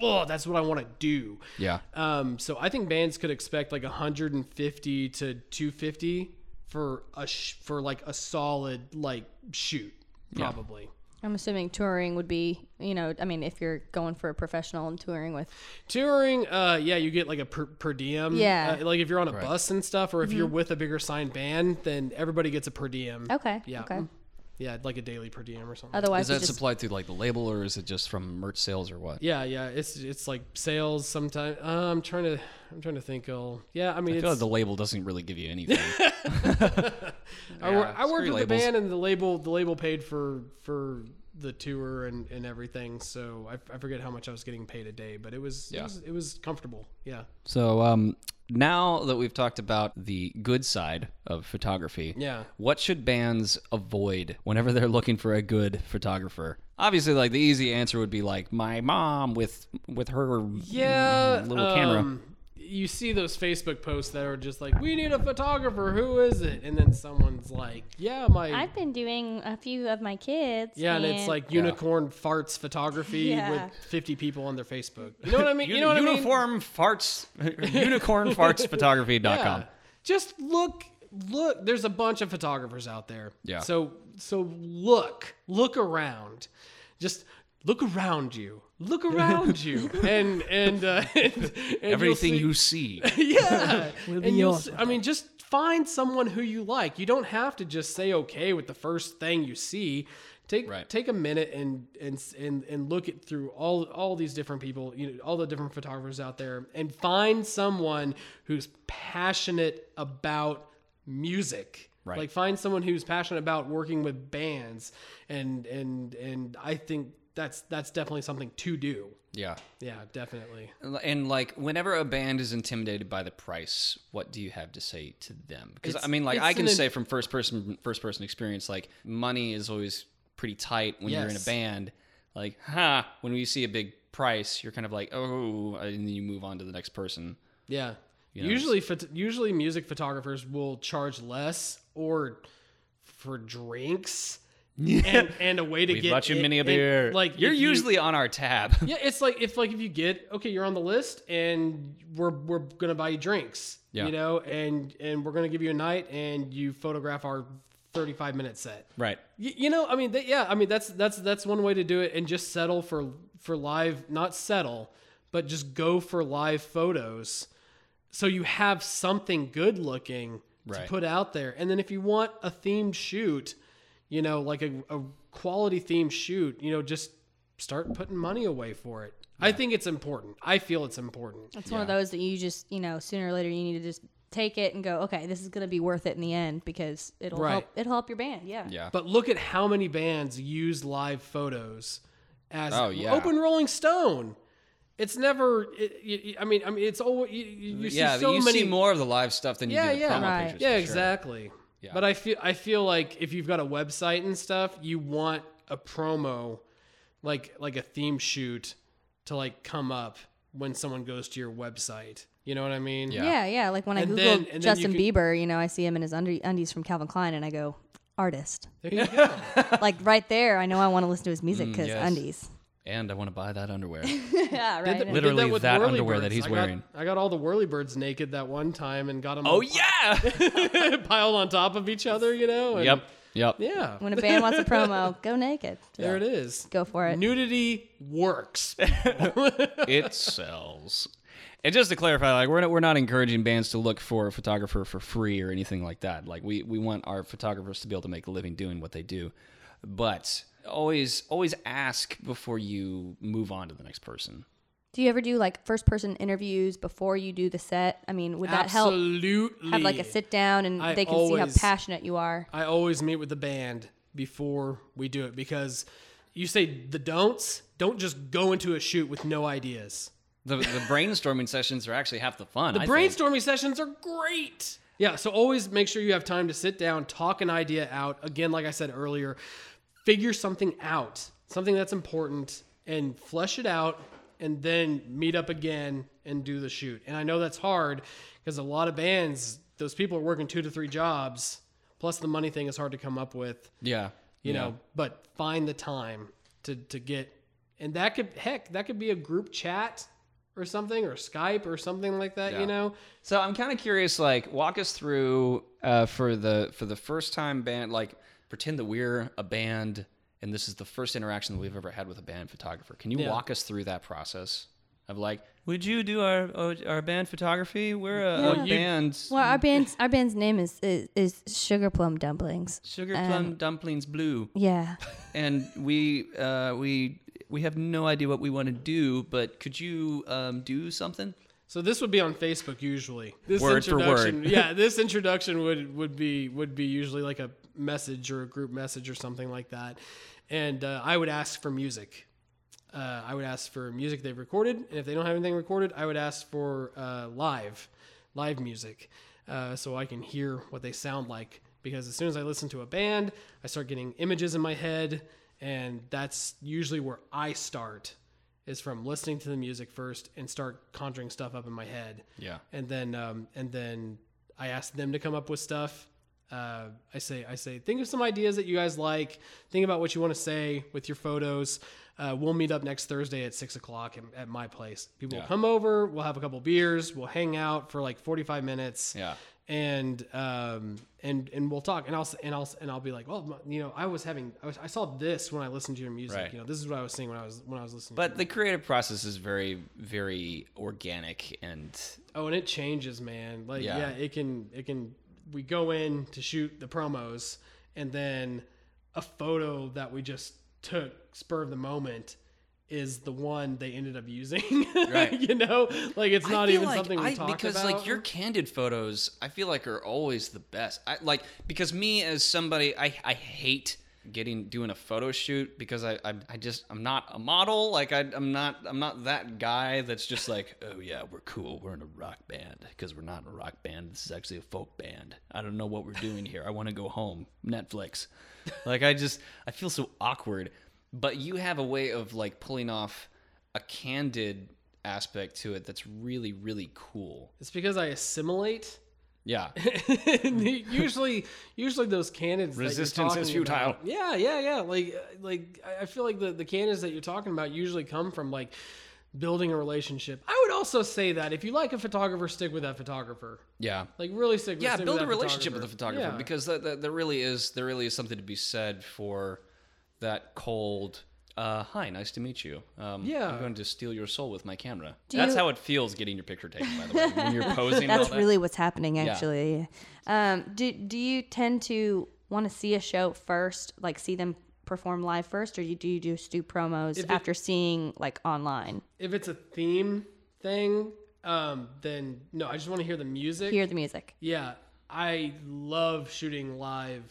[SPEAKER 3] oh, that's what I want to do.
[SPEAKER 1] Yeah,
[SPEAKER 3] Um, so I think bands could expect like 150 to 250 for a sh- for like a solid like shoot probably.
[SPEAKER 2] I'm assuming touring would be, you know, I mean, if you're going for a professional and touring with,
[SPEAKER 3] Touring, uh, yeah, you get like a per, per diem.
[SPEAKER 2] Yeah. Mm-hmm.
[SPEAKER 3] Uh, like if you're on a bus and stuff, or if you're with a bigger signed band, then everybody gets a per diem.
[SPEAKER 2] okay,
[SPEAKER 3] Yeah. Mm.
[SPEAKER 2] okay.
[SPEAKER 3] Yeah, like a daily per diem or something.
[SPEAKER 2] Otherwise,
[SPEAKER 1] Is that
[SPEAKER 2] you just,
[SPEAKER 1] supplied through like the label or is it just from merch sales or what?
[SPEAKER 3] yeah, yeah. It's it's like sales sometimes. Uh, I'm trying to I'm trying to think. I'll, yeah, I mean,
[SPEAKER 1] I
[SPEAKER 3] it's,
[SPEAKER 1] feel like the label doesn't really give you anything.
[SPEAKER 3] I, wor- I
[SPEAKER 1] screw
[SPEAKER 3] worked with
[SPEAKER 1] labels.
[SPEAKER 3] the band, and the label the label paid for for the tour and, and everything. So I, I forget how much I was getting paid a day, but it was it was, it was comfortable. Yeah.
[SPEAKER 1] so um, now that we've talked about the good side of photography,
[SPEAKER 3] Yeah.
[SPEAKER 1] what should bands avoid whenever they're looking for a good photographer? Obviously, like the easy answer would be like my mom with with her
[SPEAKER 3] Yeah,
[SPEAKER 1] little camera.
[SPEAKER 3] um, You see those Facebook posts that are just like, "We need a photographer. Who is it?" And then someone's like, "Yeah, my."
[SPEAKER 2] I've been doing a few of my kids.
[SPEAKER 3] yeah, and it's like unicorn farts photography
[SPEAKER 2] Yeah.
[SPEAKER 3] with 50 people on their Facebook. You know what I mean? You know what I mean?
[SPEAKER 1] uniform farts, unicorn farts photography.com.
[SPEAKER 3] Yeah. Just look look there's a bunch of photographers out there.
[SPEAKER 1] Yeah.
[SPEAKER 3] So so look. Look around. Just look around you. Look around you. And and, uh, and, and you'll
[SPEAKER 1] Everything
[SPEAKER 3] see-
[SPEAKER 1] you see.
[SPEAKER 3] yeah. and you'll s- I mean, just find someone who you like. You don't have to just say okay with the first thing you see. Take
[SPEAKER 1] Right.
[SPEAKER 3] take a minute and and s- and and look it through all all these different people, you know, all the different photographers out there, and find someone who's passionate about music.
[SPEAKER 1] Right.
[SPEAKER 3] Like find someone who's passionate about working with bands, and and and I think that's that's definitely something to do.
[SPEAKER 1] yeah.
[SPEAKER 3] Yeah, definitely.
[SPEAKER 1] And like, whenever a band is intimidated by the price, what do you have to say to them? Because I mean, like,
[SPEAKER 3] it's
[SPEAKER 1] I can
[SPEAKER 3] an-
[SPEAKER 1] say from first person first person experience, like, money is always pretty tight when you're in a
[SPEAKER 3] Yes.
[SPEAKER 1] band. Like, ha! When you see a big price, you're kind of like, oh, and then you move on to the next person.
[SPEAKER 3] Yeah. usually, phot- usually music photographers will charge less or for drinks and, and a way to
[SPEAKER 1] We've
[SPEAKER 3] get
[SPEAKER 1] bought you
[SPEAKER 3] in-
[SPEAKER 1] mini a
[SPEAKER 3] and,
[SPEAKER 1] beer.
[SPEAKER 3] Like
[SPEAKER 1] you're
[SPEAKER 3] if you-
[SPEAKER 1] usually on our tab.
[SPEAKER 3] yeah. It's like if like if you get okay, you're on the list, and we're we're gonna buy you drinks.
[SPEAKER 1] Yeah.
[SPEAKER 3] You know, and and we're gonna give you a night, and you photograph our. 35 minute set.
[SPEAKER 1] right.
[SPEAKER 3] Y- You know, I mean, th- yeah, I mean that's that's that's one way to do it, and just settle for for live, not settle, but just go for live photos, so you have something good looking
[SPEAKER 1] Right.
[SPEAKER 3] to put out there. And then if you want a themed shoot, you know, like a, a quality themed shoot, you know, just start putting money away for it. I think it's important. I feel it's important.
[SPEAKER 2] It's one of those that you just, you know, sooner or later you need to just take it and go, okay, this is going to be worth it in the end because it'll
[SPEAKER 3] Right.
[SPEAKER 2] help it'll help your band. Yeah.
[SPEAKER 1] Yeah.
[SPEAKER 3] But look at how many bands use live photos as
[SPEAKER 1] Oh, yeah.
[SPEAKER 3] open Rolling Stone. It's never. It, you, I mean, I mean, it's always you, you you see
[SPEAKER 1] yeah.
[SPEAKER 3] so
[SPEAKER 1] you
[SPEAKER 3] many.
[SPEAKER 1] see more of the live stuff than you
[SPEAKER 3] Yeah,
[SPEAKER 1] do the
[SPEAKER 3] yeah.
[SPEAKER 1] promo
[SPEAKER 2] Right.
[SPEAKER 1] pictures.
[SPEAKER 3] yeah,
[SPEAKER 1] for sure.
[SPEAKER 3] exactly. But I feel I feel like if you've got a website and stuff, you want a promo, like like a theme shoot, to like come up when someone goes to your website. You know what I mean?
[SPEAKER 1] Yeah.
[SPEAKER 2] Yeah, yeah. Like when I
[SPEAKER 3] And
[SPEAKER 2] Google
[SPEAKER 3] then- and then you
[SPEAKER 2] Justin
[SPEAKER 3] can-
[SPEAKER 2] Bieber, you know, I see him in his under- undies from Calvin Klein and I go, artist.
[SPEAKER 3] There you go.
[SPEAKER 2] like right there, I know I want to listen to his music
[SPEAKER 3] Mm,
[SPEAKER 2] because
[SPEAKER 1] yes.
[SPEAKER 2] undies.
[SPEAKER 1] And I want to buy that underwear.
[SPEAKER 2] yeah, right.
[SPEAKER 3] Did that- did
[SPEAKER 1] Literally
[SPEAKER 3] with
[SPEAKER 1] that
[SPEAKER 3] Whirly
[SPEAKER 1] underwear that he's
[SPEAKER 3] I got-
[SPEAKER 1] wearing.
[SPEAKER 3] I got all the whirly birds naked that one time and got them.
[SPEAKER 1] oh yeah.
[SPEAKER 3] piled on top of each other, you know? and-
[SPEAKER 1] yep. Yep.
[SPEAKER 3] Yeah.
[SPEAKER 2] when a band wants a promo, go naked. Just
[SPEAKER 3] there it is.
[SPEAKER 2] Go for it.
[SPEAKER 3] Nudity works.
[SPEAKER 1] it sells. And just to clarify, like we're not, we're not encouraging bands to look for a photographer for free or anything like that. Like we we want our photographers to be able to make a living doing what they do, but always always ask before you move on to the next person.
[SPEAKER 2] Do you ever do like first person interviews before you do the set? I mean, would that help?
[SPEAKER 3] Absolutely.
[SPEAKER 2] Have like a sit down and
[SPEAKER 3] I
[SPEAKER 2] they can see how
[SPEAKER 3] always-
[SPEAKER 2] passionate you are.
[SPEAKER 3] I always meet with the band before we do it because you say the don'ts. Don't just go into a shoot with no ideas.
[SPEAKER 1] The, the brainstorming sessions are actually half the fun. The
[SPEAKER 3] Brainstorming sessions are great. Yeah, so always make sure you have time to sit down, talk an idea out. Again, like I said earlier, figure something out, something that's important, and flesh it out, and then meet up again and do the shoot. And I know that's hard because a lot of bands, those people are working two to three jobs, plus the money thing is hard to come up with
[SPEAKER 1] Yeah.
[SPEAKER 3] you know but find the time to to get and that could heck that could be a group chat or something or skype or something like that
[SPEAKER 1] Yeah.
[SPEAKER 3] you know
[SPEAKER 1] So I'm kind of curious, like, walk us through uh, for the for the first time band, like, pretend that we're a band and this is the first interaction that we've ever had with a band photographer. Can you
[SPEAKER 3] Yeah.
[SPEAKER 1] walk us through that process of like,
[SPEAKER 4] Would you do our our band photography? We're a,
[SPEAKER 2] Yeah.
[SPEAKER 4] a band.
[SPEAKER 2] Well, our band's our band's name is is, is Sugar Plum Dumplings.
[SPEAKER 4] Sugar
[SPEAKER 1] um,
[SPEAKER 4] plum dumplings blue,
[SPEAKER 2] Yeah.
[SPEAKER 4] and we uh, we we have no idea what we want to do, but could you um, do something?
[SPEAKER 3] So this would be on Facebook usually. This
[SPEAKER 1] Word for word.
[SPEAKER 3] introduction, yeah, this introduction would would be would be usually like a message or a group message or something like that, and uh, I would ask for music. Uh, I would ask for music they've recorded, and if they don't have anything recorded, I would ask for uh, live, live music, uh, so I can hear what they sound like. Because as soon as I listen to a band, I start getting images in my head, and that's usually where I start is from listening to the music first and start conjuring stuff up in my head.
[SPEAKER 1] yeah,
[SPEAKER 3] And then um, and then I ask them to come up with stuff. Uh, I say I say think of some ideas that you guys like. Think about what you want to say with your photos. Uh, we'll meet up next Thursday at six o'clock at, at my place. People will come over. We'll have a couple beers. We'll hang out for like forty five minutes
[SPEAKER 1] yeah,
[SPEAKER 3] and um and and we'll talk and I'll s- and I'll s- and I'll be like, well, my- you know, I was having I, was, I saw this when I listened to your music.
[SPEAKER 1] Right.
[SPEAKER 3] You know, this is what I was seeing when I was when I was listening.
[SPEAKER 1] but the creative process is very, very organic and
[SPEAKER 3] to oh, and it changes, man. Like yeah.
[SPEAKER 1] Yeah.
[SPEAKER 3] it can it can we go in to shoot the promos and then a photo that we just took spur of the moment is the one they ended up using.
[SPEAKER 1] Right.
[SPEAKER 3] you know, like it's not even something we
[SPEAKER 1] I,
[SPEAKER 3] talked
[SPEAKER 1] because
[SPEAKER 3] about.
[SPEAKER 1] like your candid photos, I feel like are always the best. I like because me as somebody, I I hate getting doing a photo shoot because I I, I just I'm not a model. Like I I'm not I'm not that guy that's just like oh yeah we're cool we're in a rock band because we're not in a rock band. This is actually a folk band. I don't know what we're doing here. I want to go home. Netflix. Like I just I feel so awkward. But you have a way of like pulling off a candid aspect to it that's really really cool.
[SPEAKER 3] it's because I assimilate
[SPEAKER 1] Yeah.
[SPEAKER 3] usually, usually those cannons.
[SPEAKER 1] Resistance
[SPEAKER 3] that
[SPEAKER 1] is
[SPEAKER 3] you're talking
[SPEAKER 1] futile.
[SPEAKER 3] about- yeah, yeah, yeah. Like, uh, like I- I feel like the the cannons that you're talking about usually come from like building a relationship. I would also say that if you like a photographer, stick with that photographer.
[SPEAKER 1] Yeah.
[SPEAKER 3] Like, really stick.
[SPEAKER 1] Yeah,
[SPEAKER 3] stick
[SPEAKER 1] build
[SPEAKER 3] with
[SPEAKER 1] a
[SPEAKER 3] that
[SPEAKER 1] relationship with the photographer
[SPEAKER 3] Yeah.
[SPEAKER 1] because that, that, there really is there really is something to be said for that cold uh, hi, nice to meet you. Um,
[SPEAKER 3] Yeah.
[SPEAKER 1] I'm going to steal your soul with my camera.
[SPEAKER 2] Do
[SPEAKER 1] That's
[SPEAKER 2] you-
[SPEAKER 1] how it feels getting your picture taken, by the way. When you're posing, and all
[SPEAKER 2] That's
[SPEAKER 1] that.
[SPEAKER 2] really what's happening actually. Um do do you tend to want to see a show first, like see them perform live first or you do you just do promos after seeing like online?
[SPEAKER 3] if it's a theme thing, um, then no, I just want to hear the music.
[SPEAKER 2] Hear the music.
[SPEAKER 3] Yeah, I love shooting live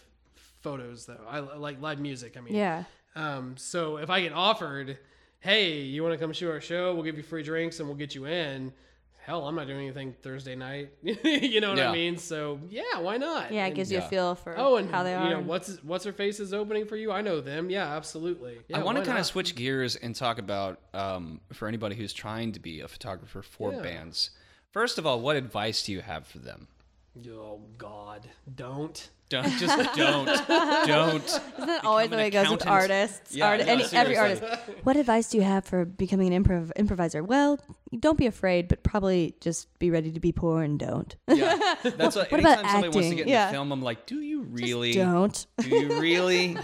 [SPEAKER 3] photos though. I li- like live music. I mean,
[SPEAKER 2] Yeah.
[SPEAKER 3] Um, so if I get offered, hey, you want to come shoot our show? We'll give you free drinks and we'll get you in. Hell, I'm not doing anything Thursday night. you know what I
[SPEAKER 1] Yeah.
[SPEAKER 3] mean? So yeah, why not?
[SPEAKER 2] Yeah, it
[SPEAKER 3] And-
[SPEAKER 2] gives you
[SPEAKER 1] Yeah.
[SPEAKER 2] a feel for
[SPEAKER 3] Oh, and
[SPEAKER 2] how they are.
[SPEAKER 3] you know
[SPEAKER 2] and-
[SPEAKER 3] what's what's her face is opening for you? I know them. Yeah, absolutely. Yeah,
[SPEAKER 1] I want
[SPEAKER 3] why
[SPEAKER 1] to kind of
[SPEAKER 3] not?
[SPEAKER 1] switch gears and talk about um, for anybody who's trying to be a photographer for
[SPEAKER 3] Yeah.
[SPEAKER 1] bands. First of all, what advice do you have for them?
[SPEAKER 3] Oh God, don't.
[SPEAKER 1] Don't just don't don't.
[SPEAKER 2] Isn't that always the
[SPEAKER 1] an
[SPEAKER 2] way it goes with
[SPEAKER 1] accountant?
[SPEAKER 2] artists?
[SPEAKER 1] Yeah,
[SPEAKER 2] Art-
[SPEAKER 1] no,
[SPEAKER 2] any, every artist.
[SPEAKER 1] seriously.
[SPEAKER 2] What advice do you have for becoming an improv- improviser? Well, don't be afraid, but probably just be ready to be poor and don't.
[SPEAKER 1] Yeah, that's what,
[SPEAKER 2] What
[SPEAKER 1] anytime
[SPEAKER 2] about
[SPEAKER 1] somebody wants to
[SPEAKER 2] acting?
[SPEAKER 1] get in
[SPEAKER 2] Yeah.
[SPEAKER 1] the film, I'm like, do you really?
[SPEAKER 2] don't.
[SPEAKER 1] Do you really?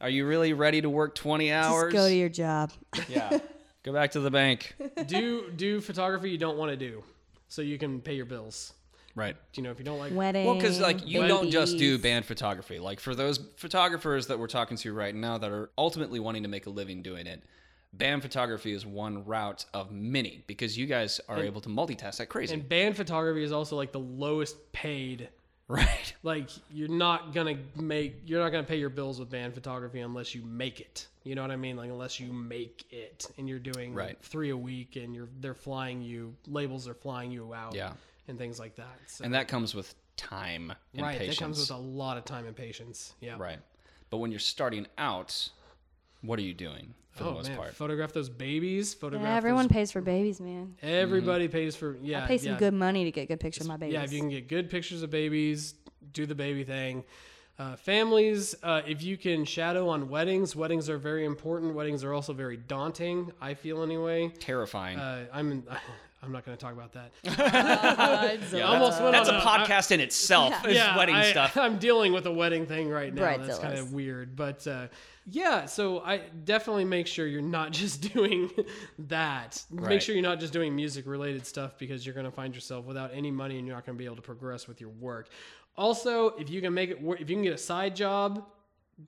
[SPEAKER 1] Are you really ready to work 20 hours?
[SPEAKER 2] Just go to your job.
[SPEAKER 1] yeah. Go back to the bank.
[SPEAKER 3] do do photography you don't want to do, so you can pay your bills.
[SPEAKER 1] Right.
[SPEAKER 3] You know, if you don't like
[SPEAKER 2] Wedding.
[SPEAKER 1] Well, because like you don't just do
[SPEAKER 2] babies.
[SPEAKER 1] band photography. Like for those photographers that we're talking to right now that are ultimately wanting to make a living doing it, band photography is one route of many because you guys are able to multitask like crazy.
[SPEAKER 3] and band photography is also like the lowest paid
[SPEAKER 1] right.
[SPEAKER 3] like you're not gonna make you're not gonna pay your bills with band photography unless you make it you know what i mean like unless you make it and you're doing
[SPEAKER 1] Right.
[SPEAKER 3] three a week and you're they're flying you labels are flying you out
[SPEAKER 1] Yeah.
[SPEAKER 3] and things like that so
[SPEAKER 1] And that comes with time and
[SPEAKER 3] right
[SPEAKER 1] patience.
[SPEAKER 3] that comes with a lot of time and patience yeah
[SPEAKER 1] right. But when you're starting out, what are you doing for the
[SPEAKER 3] oh
[SPEAKER 1] most
[SPEAKER 3] man
[SPEAKER 1] part?
[SPEAKER 3] photograph those babies photograph
[SPEAKER 2] Yeah, everyone
[SPEAKER 3] those,
[SPEAKER 2] pays for babies, man.
[SPEAKER 3] everybody
[SPEAKER 1] Mm-hmm.
[SPEAKER 3] pays for yeah
[SPEAKER 2] I pay some
[SPEAKER 3] yeah.
[SPEAKER 2] good money to get good pictures of my babies.
[SPEAKER 3] Yeah, if you can get good pictures of babies, do the baby thing. Uh, families, uh, if you can shadow on weddings, weddings are very important. Weddings are also very daunting. I feel anyway.
[SPEAKER 1] Terrifying.
[SPEAKER 3] Uh, I'm I'm not going to talk about that.
[SPEAKER 4] Yeah,
[SPEAKER 3] almost
[SPEAKER 4] that's,
[SPEAKER 3] went
[SPEAKER 4] that's
[SPEAKER 3] on
[SPEAKER 4] a
[SPEAKER 3] a-
[SPEAKER 4] podcast in itself.
[SPEAKER 2] Yeah.
[SPEAKER 4] Is
[SPEAKER 3] yeah,
[SPEAKER 4] wedding
[SPEAKER 3] I,
[SPEAKER 4] stuff.
[SPEAKER 3] I'm dealing with a wedding thing right now. That's
[SPEAKER 2] Bridezillas.
[SPEAKER 3] kind of weird, but uh, yeah. So I definitely make sure you're not just doing that. Make
[SPEAKER 4] Right.
[SPEAKER 3] sure you're not just doing music related stuff because you're going to find yourself without any money and you're not going to be able to progress with your work. Also, if you can make it, wor- if you can get a side job,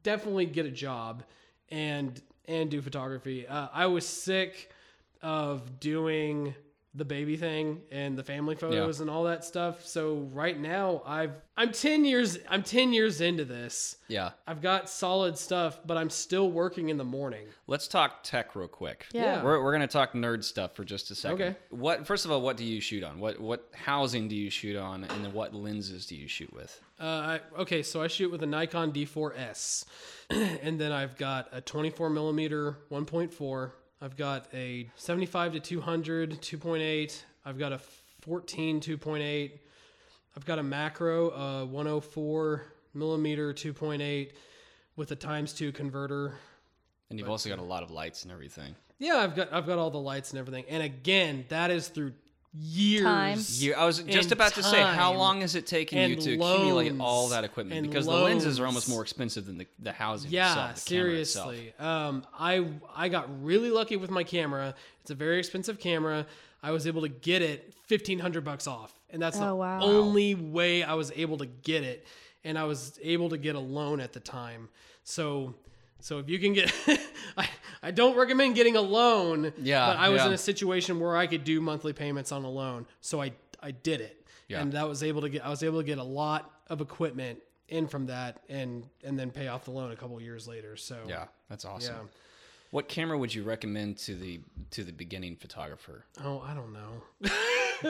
[SPEAKER 3] definitely get a job and and do photography. Uh, I was sick of doing the baby thing and the family photos and all that stuff. So right now I've I'm 10 years I'm 10 years into this.
[SPEAKER 1] Yeah.
[SPEAKER 3] I've got solid stuff, but I'm still working in the morning.
[SPEAKER 1] Let's talk tech real quick.
[SPEAKER 2] Yeah.
[SPEAKER 1] We're, we're gonna talk nerd stuff for just a second.
[SPEAKER 3] Okay.
[SPEAKER 1] What first of all, what do you shoot on? What what housing do you shoot on, and then what lenses do you shoot with?
[SPEAKER 3] Uh, I, okay, so I shoot with a Nikon D4S, and then I've got a 24 millimeter 1.4. I've got a 75 to 200 2.8. I've got a 14 2.8. I've got a macro uh, 104 millimeter 2.8 with a times two converter.
[SPEAKER 1] And you've also got a lot of lights and everything.
[SPEAKER 3] Yeah, I've got I've got all the lights and everything. And again, that is through years.
[SPEAKER 2] Time.
[SPEAKER 1] You, I was just
[SPEAKER 3] And
[SPEAKER 1] about to say, how
[SPEAKER 3] time.
[SPEAKER 1] long has it taken you
[SPEAKER 3] And
[SPEAKER 1] to accumulate
[SPEAKER 3] loans.
[SPEAKER 1] all that equipment?
[SPEAKER 3] And
[SPEAKER 1] because the lenses are almost
[SPEAKER 3] loans.
[SPEAKER 1] more expensive than the, the housing.
[SPEAKER 3] Yeah,
[SPEAKER 1] itself, the camera itself.
[SPEAKER 3] seriously. Um, I I got really lucky with my camera. It's a very expensive camera. I was able to get it fifteen hundred bucks off, and that's the
[SPEAKER 2] Oh, wow.
[SPEAKER 3] only way I was able to get it. And I was able to get a loan at the time. So, so if you can get, I, I don't recommend getting a loan.
[SPEAKER 1] Yeah,
[SPEAKER 3] but I was
[SPEAKER 1] yeah.
[SPEAKER 3] in a situation where I could do monthly payments on a loan, so I I did it.
[SPEAKER 1] Yeah.
[SPEAKER 3] And that was able to get I was able to get a lot of equipment in from that and and then pay off the loan a couple years later. So
[SPEAKER 1] Yeah, that's awesome.
[SPEAKER 3] Yeah.
[SPEAKER 1] What camera would you recommend to the to the beginning photographer?
[SPEAKER 3] Oh, I don't know.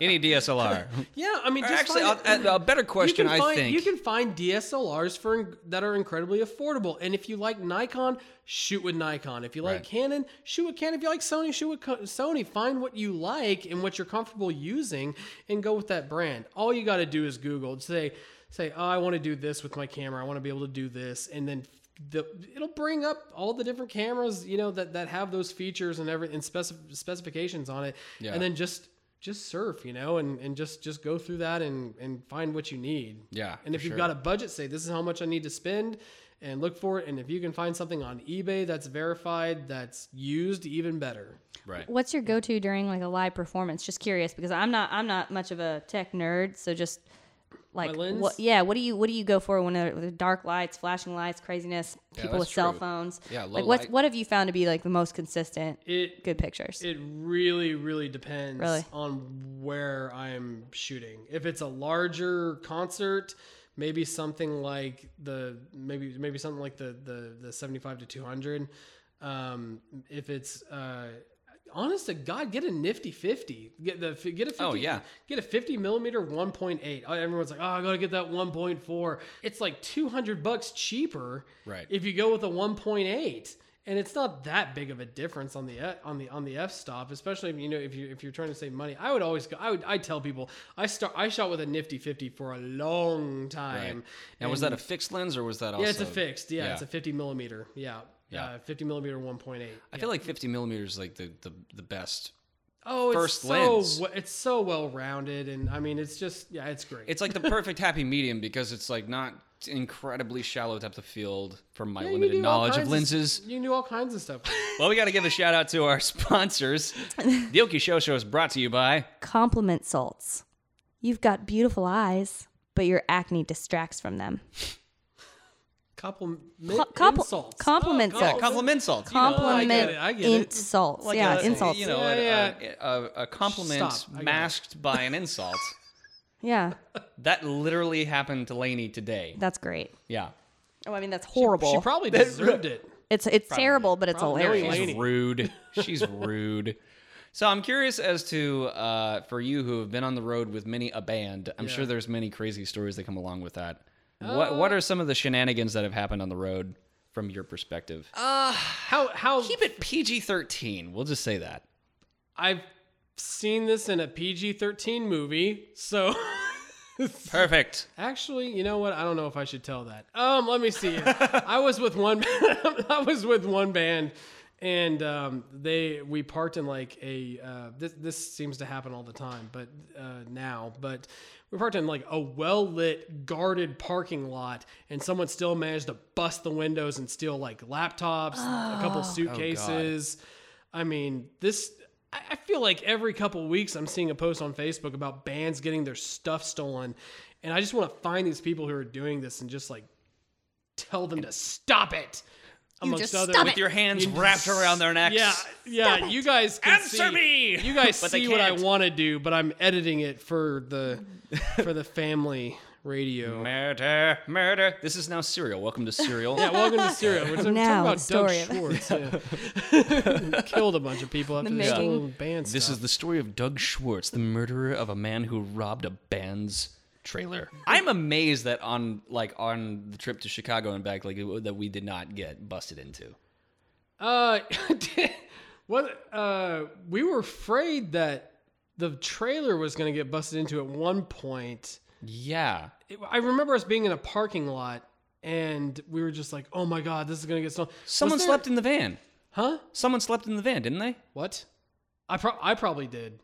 [SPEAKER 1] Any DSLR?
[SPEAKER 3] Yeah, I mean, just
[SPEAKER 1] Actually,
[SPEAKER 3] find-
[SPEAKER 1] a, a better question,
[SPEAKER 3] you can
[SPEAKER 1] I
[SPEAKER 3] find,
[SPEAKER 1] think.
[SPEAKER 3] you can find DSLRs for that are incredibly affordable. And if you like Nikon, shoot with Nikon. If you like
[SPEAKER 1] Right.
[SPEAKER 3] Canon, shoot with Canon. If you like Sony, shoot with Co- Sony. Find what you like and what you're comfortable using, and go with that brand. All you got to do is Google and say, say, oh, I want to do this with my camera. I want to be able to do this, and then. The, it'll bring up all the different cameras you know that, that have those features and every and specif- specifications on it
[SPEAKER 1] Yeah.
[SPEAKER 3] and then just just surf, you know, and, and just just go through that and and find what you need.
[SPEAKER 1] Yeah,
[SPEAKER 3] And if
[SPEAKER 1] for
[SPEAKER 3] you've
[SPEAKER 1] sure.
[SPEAKER 3] got a budget, say this is how much I need to spend and look for it and if you can find something on eBay that's verified, that's used, even better.
[SPEAKER 1] right.
[SPEAKER 2] What's your go-to during like a live performance? Just curious because I'm not I'm not much of a tech nerd, so just like
[SPEAKER 3] My lens?
[SPEAKER 2] what yeah, what do you what do you go for when there the dark lights, flashing lights, craziness, people
[SPEAKER 1] that's
[SPEAKER 2] with cell
[SPEAKER 1] true.
[SPEAKER 2] phones?
[SPEAKER 1] Yeah, low
[SPEAKER 2] like what's
[SPEAKER 1] light.
[SPEAKER 2] what have you found to be like the most consistent
[SPEAKER 3] It
[SPEAKER 2] good pictures?
[SPEAKER 3] It really, really depends
[SPEAKER 2] Really?
[SPEAKER 3] on where I'm shooting. If it's a larger concert, maybe something like the maybe maybe something like the the the 75 to 200. Um, if it's uh, honest to God, get a nifty 50. Get the get a 50,
[SPEAKER 1] Oh, yeah.
[SPEAKER 3] get a 50 millimeter 1.8. Uh, Everyone's like, oh, I gotta get that 1.4. It's like 200 bucks cheaper
[SPEAKER 1] Right.
[SPEAKER 3] if you go with a 1.8 and it's not that big of a difference on the on the on the f stop especially if you know if you if you're trying to save money i would always go i would i tell people i start i shot with a nifty 50 for a long
[SPEAKER 1] Right.
[SPEAKER 3] time
[SPEAKER 1] Now, was that a fixed lens or was that also?
[SPEAKER 3] yeah it's a fixed yeah,
[SPEAKER 1] yeah.
[SPEAKER 3] it's a 50 millimeter yeah
[SPEAKER 1] Yeah.
[SPEAKER 3] uh, 50 millimeter 1.8
[SPEAKER 1] I feel like 50 millimeters is like the, the, the best.
[SPEAKER 3] oh
[SPEAKER 1] first
[SPEAKER 3] it's
[SPEAKER 1] lens.
[SPEAKER 3] so we- it's so well rounded and i mean it's just yeah it's great
[SPEAKER 1] It's like the perfect happy medium because it's like not incredibly shallow depth of field from my
[SPEAKER 3] Yeah, you can
[SPEAKER 1] limited
[SPEAKER 3] do all
[SPEAKER 1] knowledge of
[SPEAKER 3] kinds
[SPEAKER 1] lenses.
[SPEAKER 3] you can do all kinds of stuff
[SPEAKER 1] Well, we got to give a shout out to our sponsors. the Oki Show Show is brought to you by.
[SPEAKER 2] Compliment salts. You've got beautiful eyes, but your acne distracts from them.
[SPEAKER 3] compliment
[SPEAKER 2] Co- compl-
[SPEAKER 3] insults
[SPEAKER 2] compliment
[SPEAKER 3] oh,
[SPEAKER 2] salts.
[SPEAKER 3] God.
[SPEAKER 1] Compliment insults. you know,
[SPEAKER 2] Compliment
[SPEAKER 3] it, I get it.
[SPEAKER 2] insults.
[SPEAKER 1] like
[SPEAKER 2] yeah,
[SPEAKER 1] a-
[SPEAKER 2] insults.
[SPEAKER 1] You know,
[SPEAKER 3] Yeah,
[SPEAKER 1] a-
[SPEAKER 3] yeah.
[SPEAKER 1] A, a, a compliment
[SPEAKER 3] Stop. I got it.
[SPEAKER 1] masked by an insult.
[SPEAKER 2] yeah,
[SPEAKER 1] That literally happened to Lainey today.
[SPEAKER 2] that's great.
[SPEAKER 1] Yeah.
[SPEAKER 2] Oh, I mean that's horrible.
[SPEAKER 3] she probably deserved it
[SPEAKER 2] it's it's terrible, but it's
[SPEAKER 3] Probably.
[SPEAKER 2] hilarious.
[SPEAKER 3] Lainey.
[SPEAKER 1] She's rude. She's rude. So I'm curious as to uh, for you who have been on the road with many a band. I'm sure there's many crazy stories that come along with that. what
[SPEAKER 3] Uh.
[SPEAKER 1] What are some of the shenanigans that have happened on the road from your perspective?
[SPEAKER 3] Uh. how how
[SPEAKER 1] Keep it PG-13. We'll just say that.
[SPEAKER 3] I've seen this in a PG 13 movie, so.
[SPEAKER 1] Perfect.
[SPEAKER 3] Actually, you know what? I don't know if I should tell that. Um, let me see. I was with one. I was with one band, and um, they we parked in like a uh, this this seems to happen all the time, but uh, now but we parked in like a well lit guarded parking lot, and someone still managed to bust the windows and steal like laptops, a couple suitcases. I mean this. I I feel like every couple weeks I'm seeing a post on Facebook about bands getting their stuff stolen, and I just want to find these people who are doing this and just like tell them to stop it. Amongst
[SPEAKER 2] just
[SPEAKER 3] other
[SPEAKER 2] stop
[SPEAKER 3] with
[SPEAKER 2] it.
[SPEAKER 4] Your hands wrapped around their necks.
[SPEAKER 3] yeah, yeah. You guys can
[SPEAKER 4] Answer
[SPEAKER 3] see,
[SPEAKER 4] me!
[SPEAKER 3] You guys
[SPEAKER 4] But they
[SPEAKER 3] see what I
[SPEAKER 4] can't.
[SPEAKER 3] want to do, but I'm editing it for the for the family radio.
[SPEAKER 4] Murder, murder.
[SPEAKER 1] This is now Serial. Welcome to Serial.
[SPEAKER 3] Yeah, welcome to Syria. We're talking,
[SPEAKER 2] Now,
[SPEAKER 3] about
[SPEAKER 2] the story
[SPEAKER 3] Doug
[SPEAKER 2] of-
[SPEAKER 3] Schwartz. Yeah. Killed a bunch of people after
[SPEAKER 2] The
[SPEAKER 3] this
[SPEAKER 2] making.
[SPEAKER 3] little band
[SPEAKER 1] This
[SPEAKER 3] stuff.
[SPEAKER 1] is the story of Doug Schwartz, the murderer of a man who robbed a band's trailer. I'm amazed that on like on the trip to Chicago and back, like it- that we did not get busted into.
[SPEAKER 3] Uh, what? Uh, we were afraid that the trailer was going to get busted into at one point.
[SPEAKER 1] Yeah,
[SPEAKER 3] It- I remember us being in a parking lot. And we were just like, "Oh my God, this is gonna get stolen." Was
[SPEAKER 1] someone
[SPEAKER 3] there-
[SPEAKER 1] slept in the van.
[SPEAKER 3] huh?
[SPEAKER 1] Someone slept in the van, didn't they?
[SPEAKER 3] What? I pro- I probably did.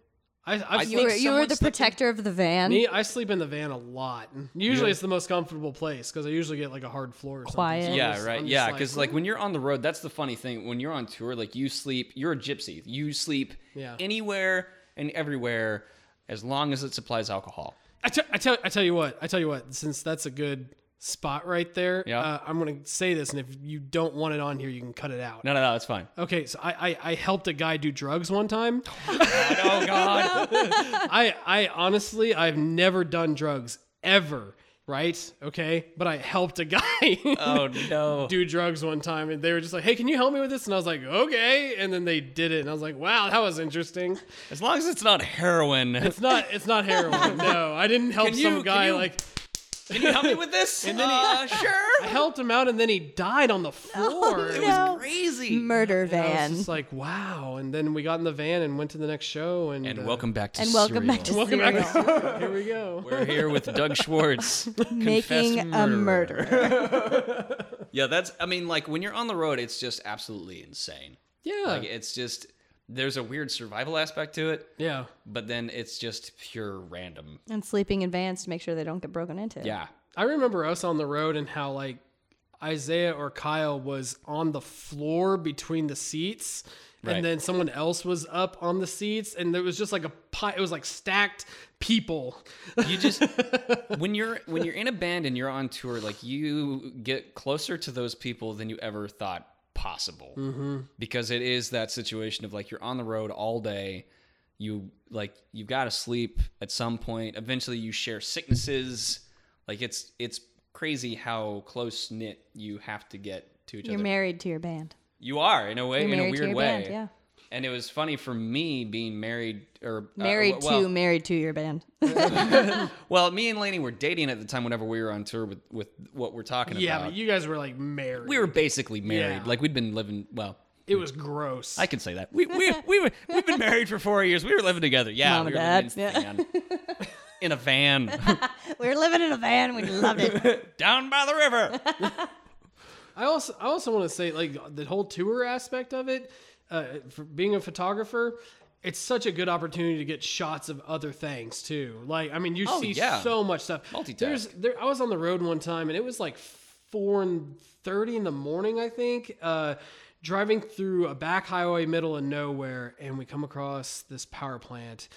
[SPEAKER 3] I I,
[SPEAKER 2] You were, you were the
[SPEAKER 3] protector.
[SPEAKER 2] protector of the van.
[SPEAKER 3] Me, I sleep in the van a lot. Usually, it's the most comfortable place because I usually get like a hard floor. Or
[SPEAKER 2] Quiet.
[SPEAKER 3] Something. So I'm
[SPEAKER 1] Yeah,
[SPEAKER 3] just-
[SPEAKER 1] right.
[SPEAKER 3] I'm
[SPEAKER 1] Yeah,
[SPEAKER 3] just
[SPEAKER 1] because like, when you're on the road, that's the funny thing. When you're on tour, like you sleep, you're a gypsy. You sleep
[SPEAKER 3] Yeah.
[SPEAKER 1] anywhere and everywhere as long as it supplies alcohol.
[SPEAKER 3] I te- I tell I tell you what I tell you what since that's a good spot right there.
[SPEAKER 1] Yeah.
[SPEAKER 3] Uh, I'm gonna say this, and if you don't want it on here, you can cut it out.
[SPEAKER 1] No, no, no, that's fine.
[SPEAKER 3] Okay, so I, I I helped a guy do drugs one time.
[SPEAKER 1] oh God.
[SPEAKER 3] I I honestly I've never done drugs ever. Right? Okay, but I helped a guy.
[SPEAKER 1] Oh no.
[SPEAKER 3] do drugs one time and they were just like, "Hey, can you help me with this?" And I was like, "Okay." And then they did it and I was like, "Wow, that was interesting."
[SPEAKER 1] As long as it's not heroin.
[SPEAKER 3] It's not it's not heroin. No, I didn't help
[SPEAKER 1] Can you-
[SPEAKER 3] some
[SPEAKER 1] can
[SPEAKER 3] guy
[SPEAKER 1] you-
[SPEAKER 3] like
[SPEAKER 1] Can you help me with this? And then uh,
[SPEAKER 3] I
[SPEAKER 1] sure.
[SPEAKER 3] helped him out and then he died on the floor. It was-
[SPEAKER 2] no.
[SPEAKER 1] Crazy.
[SPEAKER 2] Murder
[SPEAKER 3] and I
[SPEAKER 2] van.
[SPEAKER 3] was just like, "Wow." And then we got in the van and went to the next show and uh,
[SPEAKER 1] And welcome back to
[SPEAKER 2] and welcome back to
[SPEAKER 1] Serial.
[SPEAKER 3] welcome
[SPEAKER 2] Serial.
[SPEAKER 3] back. to- Here we go.
[SPEAKER 1] We're here with Doug Schwartz.
[SPEAKER 2] Making a murderer.
[SPEAKER 1] Yeah, that's I mean, like when you're on the road, it's just absolutely insane.
[SPEAKER 3] Yeah.
[SPEAKER 1] Like it's just there's a weird survival aspect to it,
[SPEAKER 3] yeah.
[SPEAKER 1] but then it's just pure random.
[SPEAKER 2] and sleeping in vans to make sure they don't get broken into.
[SPEAKER 1] Yeah.
[SPEAKER 3] I remember us on the road and how like Isaiah or Kyle was on the floor between the seats,
[SPEAKER 1] Right.
[SPEAKER 3] and then someone else was up on the seats, and there was just like a pie. It was like stacked people.
[SPEAKER 1] You just when you're when you're in a band and you're on tour, like you get closer to those people than you ever thought possible. Mm-hmm. Because it is that situation of like you're on the road all day. You like you've got to sleep at some point. Eventually, you share sicknesses. Like it's it's crazy how close knit you have to get to each
[SPEAKER 2] You're
[SPEAKER 1] other.
[SPEAKER 2] married to your band.
[SPEAKER 1] you are in a way,
[SPEAKER 2] You're
[SPEAKER 1] in a
[SPEAKER 2] married to
[SPEAKER 1] weird
[SPEAKER 2] your
[SPEAKER 1] way.
[SPEAKER 2] band. Yeah.
[SPEAKER 1] And it was funny for me being married or uh,
[SPEAKER 2] Married
[SPEAKER 1] well-
[SPEAKER 2] to, married to your band.
[SPEAKER 1] Well, me and Lainey were dating at the time whenever we were on tour with, with what we're talking
[SPEAKER 3] Yeah,
[SPEAKER 1] about.
[SPEAKER 3] but you guys were like married.
[SPEAKER 1] we were basically married.
[SPEAKER 3] Yeah.
[SPEAKER 1] Like we'd been living well,
[SPEAKER 3] It was gross.
[SPEAKER 1] I can say that. We we we were we've been married for four years. We were living together. Yeah.
[SPEAKER 2] Mom
[SPEAKER 1] we
[SPEAKER 2] and
[SPEAKER 1] were
[SPEAKER 2] Dad,
[SPEAKER 1] living in, a van. in a van.
[SPEAKER 2] we were living in a van. We loved it.
[SPEAKER 1] Down by the river.
[SPEAKER 3] I also I also want to say like the whole tour aspect of it, uh, for being a photographer, it's such a good opportunity to get shots of other things too. Like I mean, you see
[SPEAKER 1] Oh, yeah.
[SPEAKER 3] so much stuff.
[SPEAKER 1] Multitask.
[SPEAKER 3] There's there. I was on the road one time and it was like four and thirty in the morning, I think. Uh, driving through a back highway, middle of nowhere, and we come across this power plant,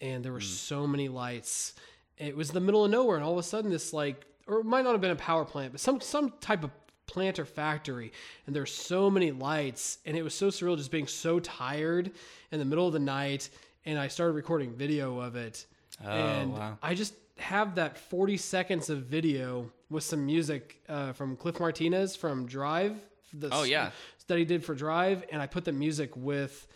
[SPEAKER 3] and
[SPEAKER 1] Mm.
[SPEAKER 3] there were so many lights. It was the middle of nowhere, and all of a sudden, this like, or it might not have been a power plant, but some some type of plant or factory and there's so many lights and it was so surreal just being so tired in the middle of the night and I started recording video of it
[SPEAKER 1] Oh,
[SPEAKER 3] and I just have that 40 seconds of video with some music uh, from Cliff Martinez from Drive the
[SPEAKER 1] Oh,
[SPEAKER 3] s-
[SPEAKER 1] yeah.
[SPEAKER 3] that he did for Drive and I put the music with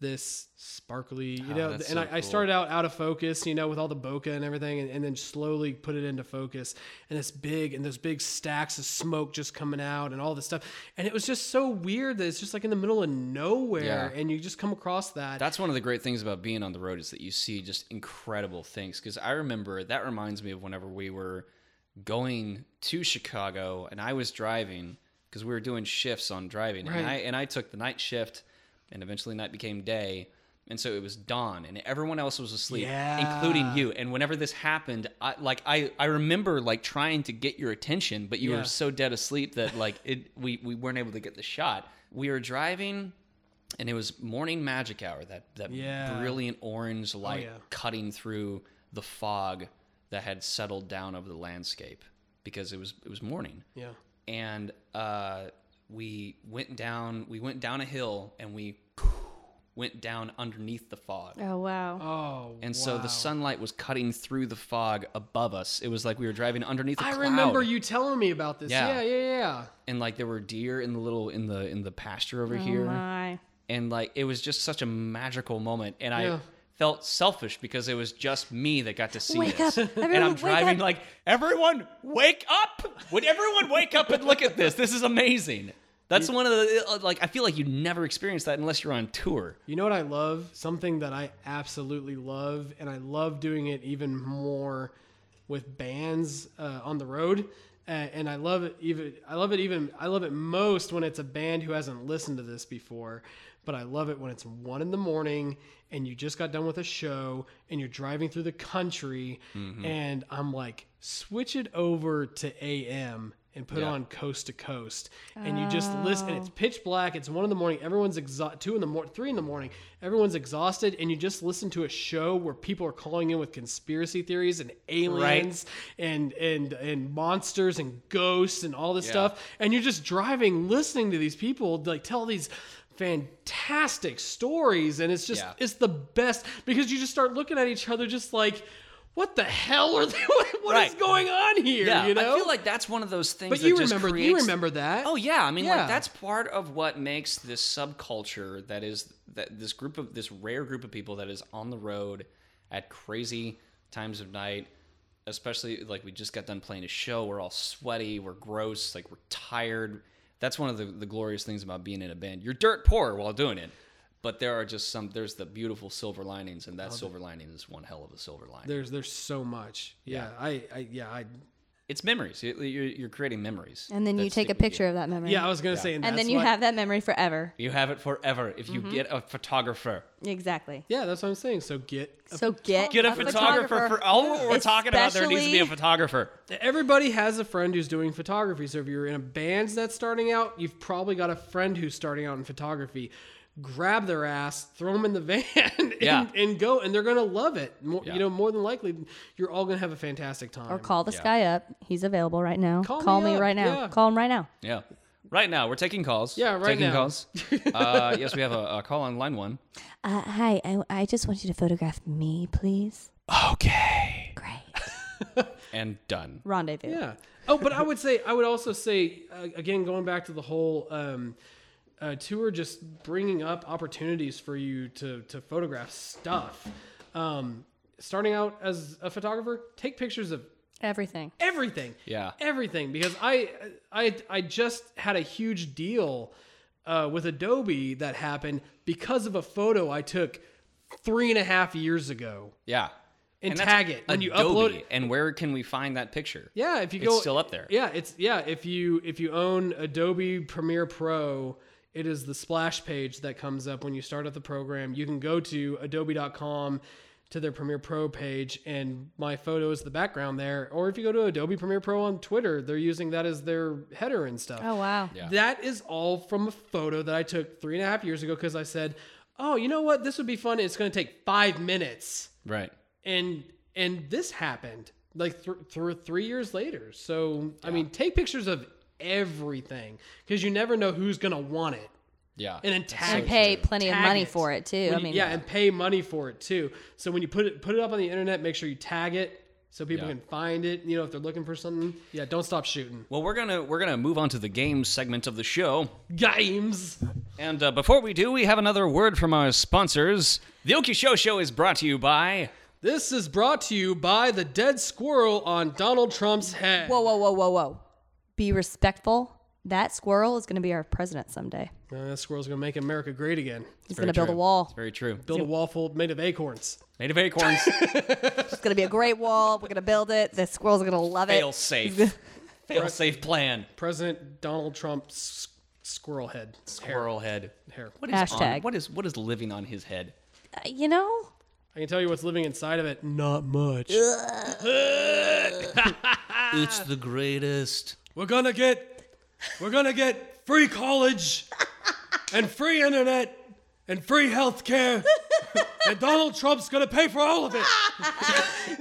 [SPEAKER 3] this sparkly, you know, and
[SPEAKER 1] Oh, that's
[SPEAKER 3] I,
[SPEAKER 1] so
[SPEAKER 3] I
[SPEAKER 1] cool.
[SPEAKER 3] started out out of focus, you know, with all the bokeh and everything, and, and then slowly put it into focus. And this big, and those big stacks of smoke just coming out, and all this stuff. And it was just so weird that it's just like in the middle of nowhere,
[SPEAKER 1] Yeah.
[SPEAKER 3] and you just come across that.
[SPEAKER 1] That's one of the great things about being on the road is that you see just incredible things. Because I remember that reminds me of whenever we were going to Chicago and I was driving because we were doing shifts on driving,
[SPEAKER 3] Right.
[SPEAKER 1] and I and I took the night shift, and eventually night became day. And so it was dawn, and everyone else was asleep, including
[SPEAKER 3] Yeah.
[SPEAKER 1] you. And whenever this happened, I like I, I remember like trying to get your attention, but you
[SPEAKER 3] Yeah.
[SPEAKER 1] were so dead asleep that like it we, we weren't able to get the shot. We were driving, and it was morning magic hour that that
[SPEAKER 3] Yeah. Oh,
[SPEAKER 1] brilliant orange light
[SPEAKER 3] yeah.
[SPEAKER 1] cutting through the fog that had settled down over the landscape because it was it was morning
[SPEAKER 3] Yeah.
[SPEAKER 1] and uh, we went down we went down a hill and we went down underneath the fog
[SPEAKER 2] Oh wow.
[SPEAKER 1] Um,
[SPEAKER 3] Oh.
[SPEAKER 1] and so
[SPEAKER 3] wow.
[SPEAKER 1] the sunlight was cutting through the fog above us it was like we were driving underneath a
[SPEAKER 3] I
[SPEAKER 1] cloud
[SPEAKER 3] remember you telling me about this.
[SPEAKER 1] Yeah.
[SPEAKER 3] Yeah. Yeah. Yeah.
[SPEAKER 1] and like there were deer in the little in the in the pasture over
[SPEAKER 2] Oh
[SPEAKER 1] here
[SPEAKER 2] my.
[SPEAKER 1] and like it was just such a magical moment and i
[SPEAKER 3] Yeah.
[SPEAKER 1] felt selfish because it was just me that got to see
[SPEAKER 2] Wake
[SPEAKER 1] this
[SPEAKER 2] up.
[SPEAKER 1] and
[SPEAKER 2] Everyone,
[SPEAKER 1] i'm
[SPEAKER 2] wake
[SPEAKER 1] driving
[SPEAKER 2] up.
[SPEAKER 1] like everyone wake up would everyone wake up and look at this this is amazing that's one of the uh, like i feel like you never experience that unless you're on tour
[SPEAKER 3] You know what I love? Something that I absolutely love, and I love doing it even more with bands uh, on the road. Uh, and I love it even. I love it even. I love it most when it's a band who hasn't listened to this before. But I love it when it's one in the morning and you just got done with a show and you're driving through the country, and I'm like, switch it over to AM and put on coast to coast and you just listen and it's pitch black it's one in the morning everyone's exhausted two in the morning three in the morning everyone's exhausted and you just listen to a show where people are calling in with conspiracy theories and aliens and and and monsters and ghosts and all this stuff and you're just driving listening to these people like tell these fantastic stories and it's just
[SPEAKER 1] Yeah.
[SPEAKER 3] it's the best because you just start looking at each other just like what the hell are they what is
[SPEAKER 1] Right.
[SPEAKER 3] going on here
[SPEAKER 1] yeah
[SPEAKER 3] you know
[SPEAKER 1] i feel like that's one of those things
[SPEAKER 3] but
[SPEAKER 1] that
[SPEAKER 3] you
[SPEAKER 1] just
[SPEAKER 3] remember you
[SPEAKER 1] creates-
[SPEAKER 3] remember that
[SPEAKER 1] Oh yeah, I mean
[SPEAKER 3] Yeah.
[SPEAKER 1] like that's part of what makes this subculture that is that this group of this rare group of people that is on the road at crazy times of night, especially like we just got done playing a show, we're all sweaty, we're gross, like we're tired. That's one of the, the glorious things about being in a band. You're dirt poor while doing it. But there are just some there's the beautiful silver linings and that silver lining is one hell of a silver lining.
[SPEAKER 3] there's there's so much yeah, I, I yeah i
[SPEAKER 1] It's memories. You- You're, you're creating memories.
[SPEAKER 2] And then you
[SPEAKER 1] that stick
[SPEAKER 2] take a
[SPEAKER 1] with you.
[SPEAKER 2] picture of that memory.
[SPEAKER 3] yeah i was gonna say and,
[SPEAKER 2] And
[SPEAKER 3] that's
[SPEAKER 2] then you
[SPEAKER 3] why-
[SPEAKER 2] have that memory forever.
[SPEAKER 1] You have it forever if you
[SPEAKER 2] Mm-hmm.
[SPEAKER 1] get a photographer.
[SPEAKER 2] Exactly.
[SPEAKER 3] yeah that's what i'm saying so get
[SPEAKER 2] So get
[SPEAKER 1] Get a, photographer, for all we're talking about. There needs to be a
[SPEAKER 2] Especially-
[SPEAKER 1] photographer.
[SPEAKER 3] everybody has a friend who's doing photography so if you're in a band that's starting out you've probably got a friend who's starting out in photography grab their ass throw them in the van and,
[SPEAKER 1] Yeah.
[SPEAKER 3] and go and they're gonna love it more,
[SPEAKER 1] Yeah.
[SPEAKER 3] you know more than likely you're all gonna have a fantastic time
[SPEAKER 2] Or call this guy up. He's available right now.
[SPEAKER 3] Call
[SPEAKER 2] Call,
[SPEAKER 3] me
[SPEAKER 2] me,
[SPEAKER 3] up,
[SPEAKER 2] right now.
[SPEAKER 3] yeah.
[SPEAKER 2] Call him right now.
[SPEAKER 1] Yeah. Right now, we're taking calls.
[SPEAKER 3] Yeah, right
[SPEAKER 1] taking
[SPEAKER 3] now.
[SPEAKER 1] calls. uh, yes, we have a, a call on line one.
[SPEAKER 2] Uh, hi, I, I just want you to photograph me, please.
[SPEAKER 1] Okay.
[SPEAKER 2] Great.
[SPEAKER 1] And done.
[SPEAKER 2] Rendezvous.
[SPEAKER 3] Yeah. Oh, but I would say I would also say uh, again going back to the whole um, uh, tour, just bringing up opportunities for you to to photograph stuff. Um, starting out as a photographer, take pictures of
[SPEAKER 2] Everything.
[SPEAKER 3] everything.
[SPEAKER 1] Yeah.
[SPEAKER 3] Everything because I I I just had a huge deal uh, with Adobe that happened because of a photo I took three and a half years ago.
[SPEAKER 1] Yeah.
[SPEAKER 3] And,
[SPEAKER 1] that's
[SPEAKER 3] tag it when you upload
[SPEAKER 1] Adobe.
[SPEAKER 3] it.
[SPEAKER 1] And where can we find that picture?
[SPEAKER 3] Yeah, if you
[SPEAKER 1] It's
[SPEAKER 3] go,
[SPEAKER 1] still up there.
[SPEAKER 3] Yeah, it's yeah. If you if you own Adobe Premiere Pro, it is the splash page that comes up when you start up the program. You can go to adobe.com to their Premiere Pro page, and my photo is the background there. Or if you go to Adobe Premiere Pro on Twitter, they're using that as their header and stuff.
[SPEAKER 2] Oh, wow.
[SPEAKER 3] That is all from a photo that I took three and a half years ago because I said, "Oh, you know what? This would be fun. It's going to take five minutes."
[SPEAKER 1] Right.
[SPEAKER 3] and and this happened like th- th- three years later so i mean take pictures of everything because you never know who's gonna want it
[SPEAKER 1] Yeah.
[SPEAKER 3] and then tag
[SPEAKER 2] And pay plenty of
[SPEAKER 3] tag
[SPEAKER 2] money for it, too.
[SPEAKER 3] When
[SPEAKER 2] I
[SPEAKER 3] you-
[SPEAKER 2] mean,
[SPEAKER 3] yeah and pay money for it too so when you put it put it up on the internet make sure you tag it so people
[SPEAKER 1] Yeah.
[SPEAKER 3] can find it you know if they're looking for something yeah don't stop shooting
[SPEAKER 1] well, we're gonna we're gonna move on to the games segment of the show.
[SPEAKER 3] games
[SPEAKER 1] And uh, before we do, we have another word from our sponsors. The Oki Show Show is brought to you by
[SPEAKER 3] this is brought to you by the dead squirrel on donald trump's head
[SPEAKER 2] Whoa, whoa, whoa, whoa, whoa. Be respectful. That squirrel is going to be our president someday.
[SPEAKER 3] Uh, that squirrel's gonna make america great again
[SPEAKER 2] He's
[SPEAKER 1] very
[SPEAKER 2] going to build
[SPEAKER 1] true.
[SPEAKER 2] a wall.
[SPEAKER 1] Very True
[SPEAKER 3] build a wall full made of acorns
[SPEAKER 1] Native Acorns.
[SPEAKER 2] It's going to be a great wall. We're going to build it. The squirrel's going to love it.
[SPEAKER 1] fail safe. Fail safe plan.
[SPEAKER 3] President Donald Trump's squirrel head.
[SPEAKER 1] Squirrel head.
[SPEAKER 3] Hair.
[SPEAKER 1] What is on-
[SPEAKER 2] Hashtag.
[SPEAKER 1] what is what is living on his head?
[SPEAKER 2] Uh, you know,
[SPEAKER 3] I can tell you what's living inside of it. Not much.
[SPEAKER 4] Ah.
[SPEAKER 1] It's the greatest.
[SPEAKER 3] We're gonna get we're gonna get free college and free internet and free health care. and Donald Trump's gonna pay for all of it.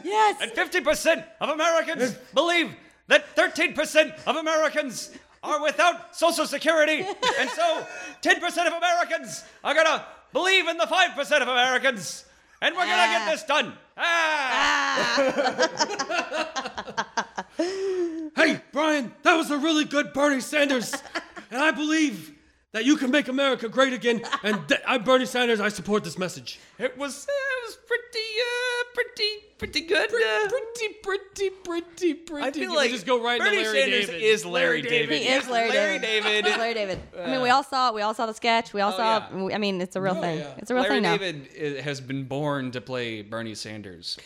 [SPEAKER 2] yes,
[SPEAKER 4] 50% of Americans believe that 13% of Americans are without Social Security, and so 10% of Americans are gonna believe in the 5% of Americans, and we're gonna get this done. Ah!
[SPEAKER 3] Hey, Brian, that was a really good Bernie Sanders. And I believe that you can make America great again. And th- I'm Bernie Sanders. I support this message.
[SPEAKER 1] It was it was pretty uh pretty pretty good. uh,
[SPEAKER 3] Pretty, pretty, pretty, pretty.
[SPEAKER 1] I feel
[SPEAKER 3] You
[SPEAKER 1] like
[SPEAKER 3] just go right
[SPEAKER 1] Bernie
[SPEAKER 3] into Larry
[SPEAKER 1] Sanders
[SPEAKER 3] David.
[SPEAKER 1] is Larry, David.
[SPEAKER 2] he is Larry,
[SPEAKER 1] Larry
[SPEAKER 2] David.
[SPEAKER 1] David.
[SPEAKER 2] He's Larry David. I mean, we all saw it. We all saw the sketch. We all saw.
[SPEAKER 1] yeah.
[SPEAKER 2] I mean, it's a real thing.
[SPEAKER 3] yeah.
[SPEAKER 2] It's a real
[SPEAKER 1] Larry
[SPEAKER 2] thing now.
[SPEAKER 1] David i- has been born to play Bernie Sanders.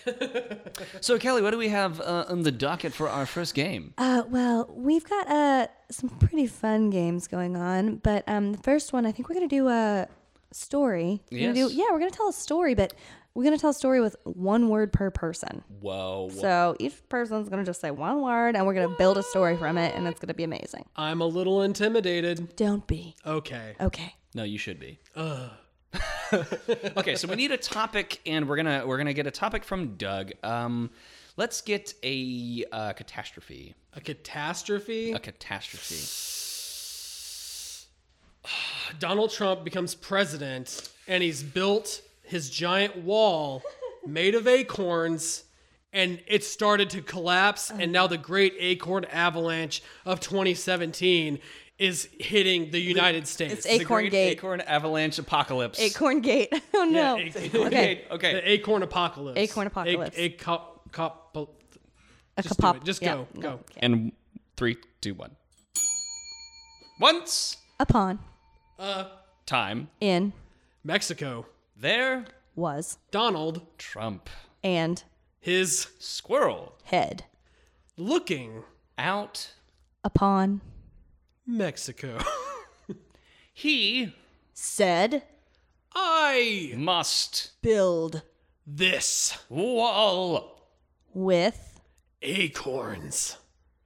[SPEAKER 1] so Kelly, what do we have uh, on the docket for our first game?
[SPEAKER 2] Uh, well, we've got uh, some pretty fun games going on, but um, the first one I think we're gonna do a story. We're gonna do-
[SPEAKER 1] Yes.
[SPEAKER 2] yeah, we're gonna tell a story, but we're gonna tell a story with one word per person.
[SPEAKER 1] Whoa.
[SPEAKER 2] So each person's gonna just say one word, and we're gonna build a story from it, and it's gonna be amazing.
[SPEAKER 3] I'm a little intimidated.
[SPEAKER 2] Don't be
[SPEAKER 3] Okay.
[SPEAKER 2] okay.
[SPEAKER 1] No, you should be. okay, so we need a topic, and we're gonna we're gonna get a topic from Doug. Um, let's get a uh, catastrophe.
[SPEAKER 3] A catastrophe.
[SPEAKER 1] A catastrophe.
[SPEAKER 3] Donald Trump becomes president and he's built his giant wall made of acorns and it started to collapse and now the great acorn avalanche of 2017 is hitting the United States.
[SPEAKER 2] It's Acorn
[SPEAKER 1] Great
[SPEAKER 2] Gate.
[SPEAKER 1] Acorn avalanche apocalypse.
[SPEAKER 2] Acorn Gate. Oh no.
[SPEAKER 3] Acorn,
[SPEAKER 2] okay.
[SPEAKER 1] Okay.
[SPEAKER 3] The acorn apocalypse.
[SPEAKER 2] Acorn apocalypse.
[SPEAKER 3] A, a cop, cop,
[SPEAKER 2] A
[SPEAKER 3] just
[SPEAKER 2] kapop-
[SPEAKER 3] do it. Just
[SPEAKER 2] yeah,
[SPEAKER 3] go.
[SPEAKER 2] no,
[SPEAKER 3] Go.
[SPEAKER 2] can't.
[SPEAKER 1] And three, two, one. Once
[SPEAKER 2] Upon
[SPEAKER 1] time
[SPEAKER 2] in
[SPEAKER 3] Mexico.
[SPEAKER 1] there,
[SPEAKER 2] was
[SPEAKER 3] Donald,
[SPEAKER 1] Trump
[SPEAKER 2] and
[SPEAKER 3] his
[SPEAKER 1] squirrel
[SPEAKER 2] head
[SPEAKER 3] looking
[SPEAKER 1] out.
[SPEAKER 2] upon
[SPEAKER 3] Mexico.
[SPEAKER 1] He
[SPEAKER 2] said
[SPEAKER 3] I
[SPEAKER 1] must
[SPEAKER 2] build
[SPEAKER 3] this
[SPEAKER 1] wall.
[SPEAKER 2] with
[SPEAKER 3] acorns.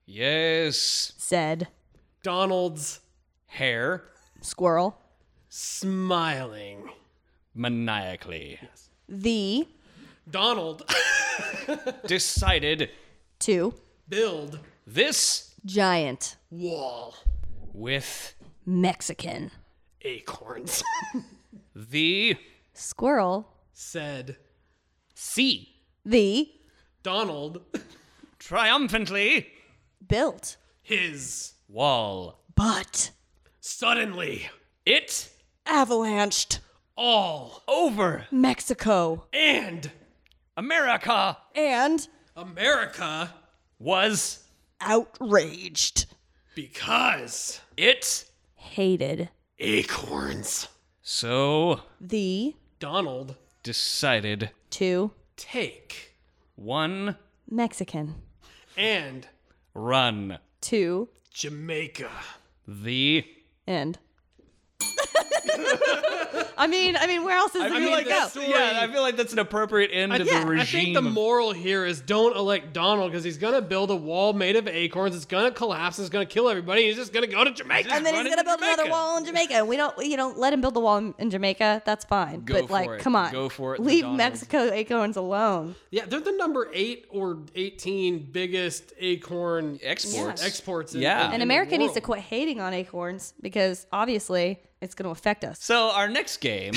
[SPEAKER 1] Yes.
[SPEAKER 2] said
[SPEAKER 3] Donald's
[SPEAKER 1] Hair
[SPEAKER 2] squirrel
[SPEAKER 3] smiling.
[SPEAKER 1] maniacally
[SPEAKER 2] the
[SPEAKER 3] Donald
[SPEAKER 1] decided
[SPEAKER 2] two
[SPEAKER 3] build
[SPEAKER 1] this
[SPEAKER 2] giant
[SPEAKER 3] wall
[SPEAKER 1] with
[SPEAKER 2] Mexican
[SPEAKER 3] acorns.
[SPEAKER 1] the
[SPEAKER 2] squirrel
[SPEAKER 3] Said
[SPEAKER 1] sea.
[SPEAKER 2] the
[SPEAKER 3] Donald
[SPEAKER 1] Triumphantly
[SPEAKER 2] built
[SPEAKER 3] his
[SPEAKER 1] wall.
[SPEAKER 2] but
[SPEAKER 3] suddenly
[SPEAKER 1] It
[SPEAKER 2] avalanched
[SPEAKER 3] all
[SPEAKER 1] over
[SPEAKER 2] Mexico
[SPEAKER 3] and
[SPEAKER 1] America
[SPEAKER 2] and
[SPEAKER 3] America
[SPEAKER 1] was
[SPEAKER 2] outraged
[SPEAKER 3] because
[SPEAKER 1] it
[SPEAKER 2] hated
[SPEAKER 3] acorns.
[SPEAKER 1] so
[SPEAKER 2] the
[SPEAKER 3] Donald
[SPEAKER 1] decided
[SPEAKER 2] two
[SPEAKER 3] take
[SPEAKER 1] one
[SPEAKER 2] Mexican
[SPEAKER 3] and
[SPEAKER 1] run
[SPEAKER 2] two
[SPEAKER 3] Jamaica.
[SPEAKER 1] the
[SPEAKER 2] end. I mean, I mean, where else is it
[SPEAKER 3] mean,
[SPEAKER 2] going to go?
[SPEAKER 3] that's- yeah, I
[SPEAKER 1] feel like that's an appropriate end
[SPEAKER 3] I, yeah, I think the moral here is don't elect Donald because he's gonna build a wall made of acorns. It's gonna collapse. It's gonna kill everybody. He's just gonna go to Jamaica.
[SPEAKER 2] and then
[SPEAKER 1] run
[SPEAKER 2] he's
[SPEAKER 1] into
[SPEAKER 2] gonna build another
[SPEAKER 1] Jamaica.
[SPEAKER 2] wall in Jamaica. We don't, you know, let him build the wall in, in Jamaica. That's fine.
[SPEAKER 1] Go
[SPEAKER 2] but
[SPEAKER 1] for
[SPEAKER 2] like,
[SPEAKER 1] it.
[SPEAKER 2] come on,
[SPEAKER 1] Go for it, the
[SPEAKER 2] Leave
[SPEAKER 1] Donald.
[SPEAKER 2] Mexico acorns alone.
[SPEAKER 3] yeah, they're the number eight or eighteen biggest acorn
[SPEAKER 1] Exports.
[SPEAKER 2] Yeah.
[SPEAKER 3] exports. In,
[SPEAKER 1] Yeah.
[SPEAKER 3] in-
[SPEAKER 1] And
[SPEAKER 2] And
[SPEAKER 3] in
[SPEAKER 2] America
[SPEAKER 3] the
[SPEAKER 2] needs to
[SPEAKER 3] world.
[SPEAKER 2] quit hating on acorns because obviously it's gonna affect us.
[SPEAKER 1] so our next game,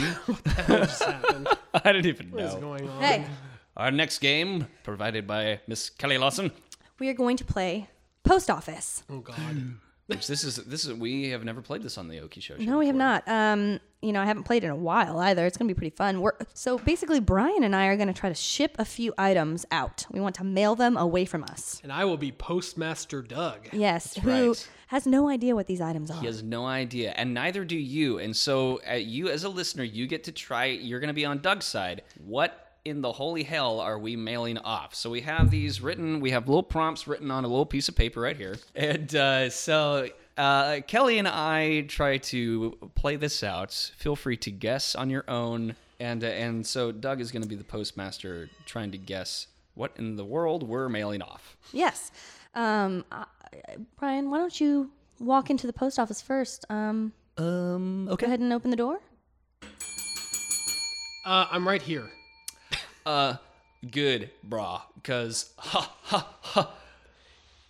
[SPEAKER 3] Just happened. What
[SPEAKER 1] I didn't even
[SPEAKER 3] is
[SPEAKER 1] know.
[SPEAKER 3] going on?
[SPEAKER 2] Hey,
[SPEAKER 1] Our next game, provided by Miss Kelly Lawson,
[SPEAKER 2] we are going to play post office.
[SPEAKER 3] Oh God.
[SPEAKER 1] which this is this is we have never played this on the Oki Show.
[SPEAKER 2] No, we have not. Um, you know, I haven't played in a while either. It's gonna be pretty fun. We're so basically Brian and I are gonna try to ship a few items out. We want to mail them away from us.
[SPEAKER 3] And I will be Postmaster Doug.
[SPEAKER 2] Yes, who
[SPEAKER 1] right.
[SPEAKER 2] has no idea what these items are.
[SPEAKER 1] He has no idea, and neither do you. And so, uh, you as a listener, you get to try. You're going to be on Doug's side. What in the holy hell are we mailing off? So we have these written, we have little prompts written on a little piece of paper right here. And uh, so uh, Kelly and I try to play this out. Feel free to guess on your own. And, uh, and so Doug is going to be the postmaster trying to guess what in the world we're mailing off.
[SPEAKER 2] Yes. Um, I- I- Brian, why don't you walk into the post office first? Um,
[SPEAKER 1] Um,
[SPEAKER 2] Go ahead and open the door.
[SPEAKER 3] Uh, I'm right here.
[SPEAKER 1] Uh, good, brah, because ha ha ha,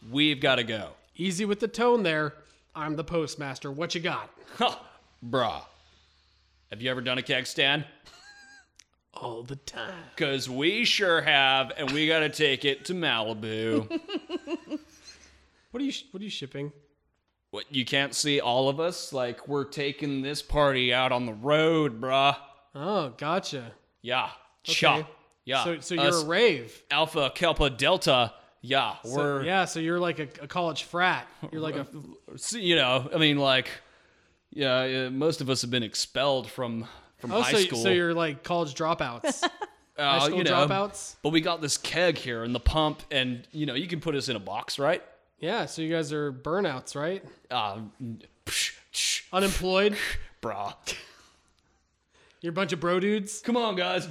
[SPEAKER 1] we've got to go.
[SPEAKER 3] Easy with the tone there. I'm the postmaster. What you got?
[SPEAKER 1] Ha, brah. Have you ever done a keg stand?
[SPEAKER 3] All the time.
[SPEAKER 1] Because we sure have, and we got to take it to Malibu.
[SPEAKER 3] What are you? What are you shipping?
[SPEAKER 1] what, you can't see all of us? Like, we're taking this party out on the road, brah.
[SPEAKER 3] Oh, gotcha.
[SPEAKER 1] Yeah. Cha.
[SPEAKER 3] Okay.
[SPEAKER 1] Yeah. Uh,
[SPEAKER 3] So, so you're
[SPEAKER 1] us
[SPEAKER 3] a rave.
[SPEAKER 1] Alpha, Kelpa, Delta. Yeah.
[SPEAKER 3] So-
[SPEAKER 1] we're,
[SPEAKER 3] yeah. So you're like a, a college frat. You're like a.
[SPEAKER 1] s- you know, I mean, like, yeah, uh, most of us have been expelled from from
[SPEAKER 3] Oh,
[SPEAKER 1] high
[SPEAKER 3] so,
[SPEAKER 1] school.
[SPEAKER 3] so you're like college dropouts.
[SPEAKER 1] Uh,
[SPEAKER 3] High school
[SPEAKER 1] you know,
[SPEAKER 3] dropouts.
[SPEAKER 1] But we got this keg here and the pump, and you know, you can put us in a box, right?
[SPEAKER 3] Yeah. So you guys are burnouts, right?
[SPEAKER 1] Uh, psh, psh,
[SPEAKER 3] Unemployed.
[SPEAKER 1] brah.
[SPEAKER 3] You're a bunch of bro dudes.
[SPEAKER 1] Come on, guys.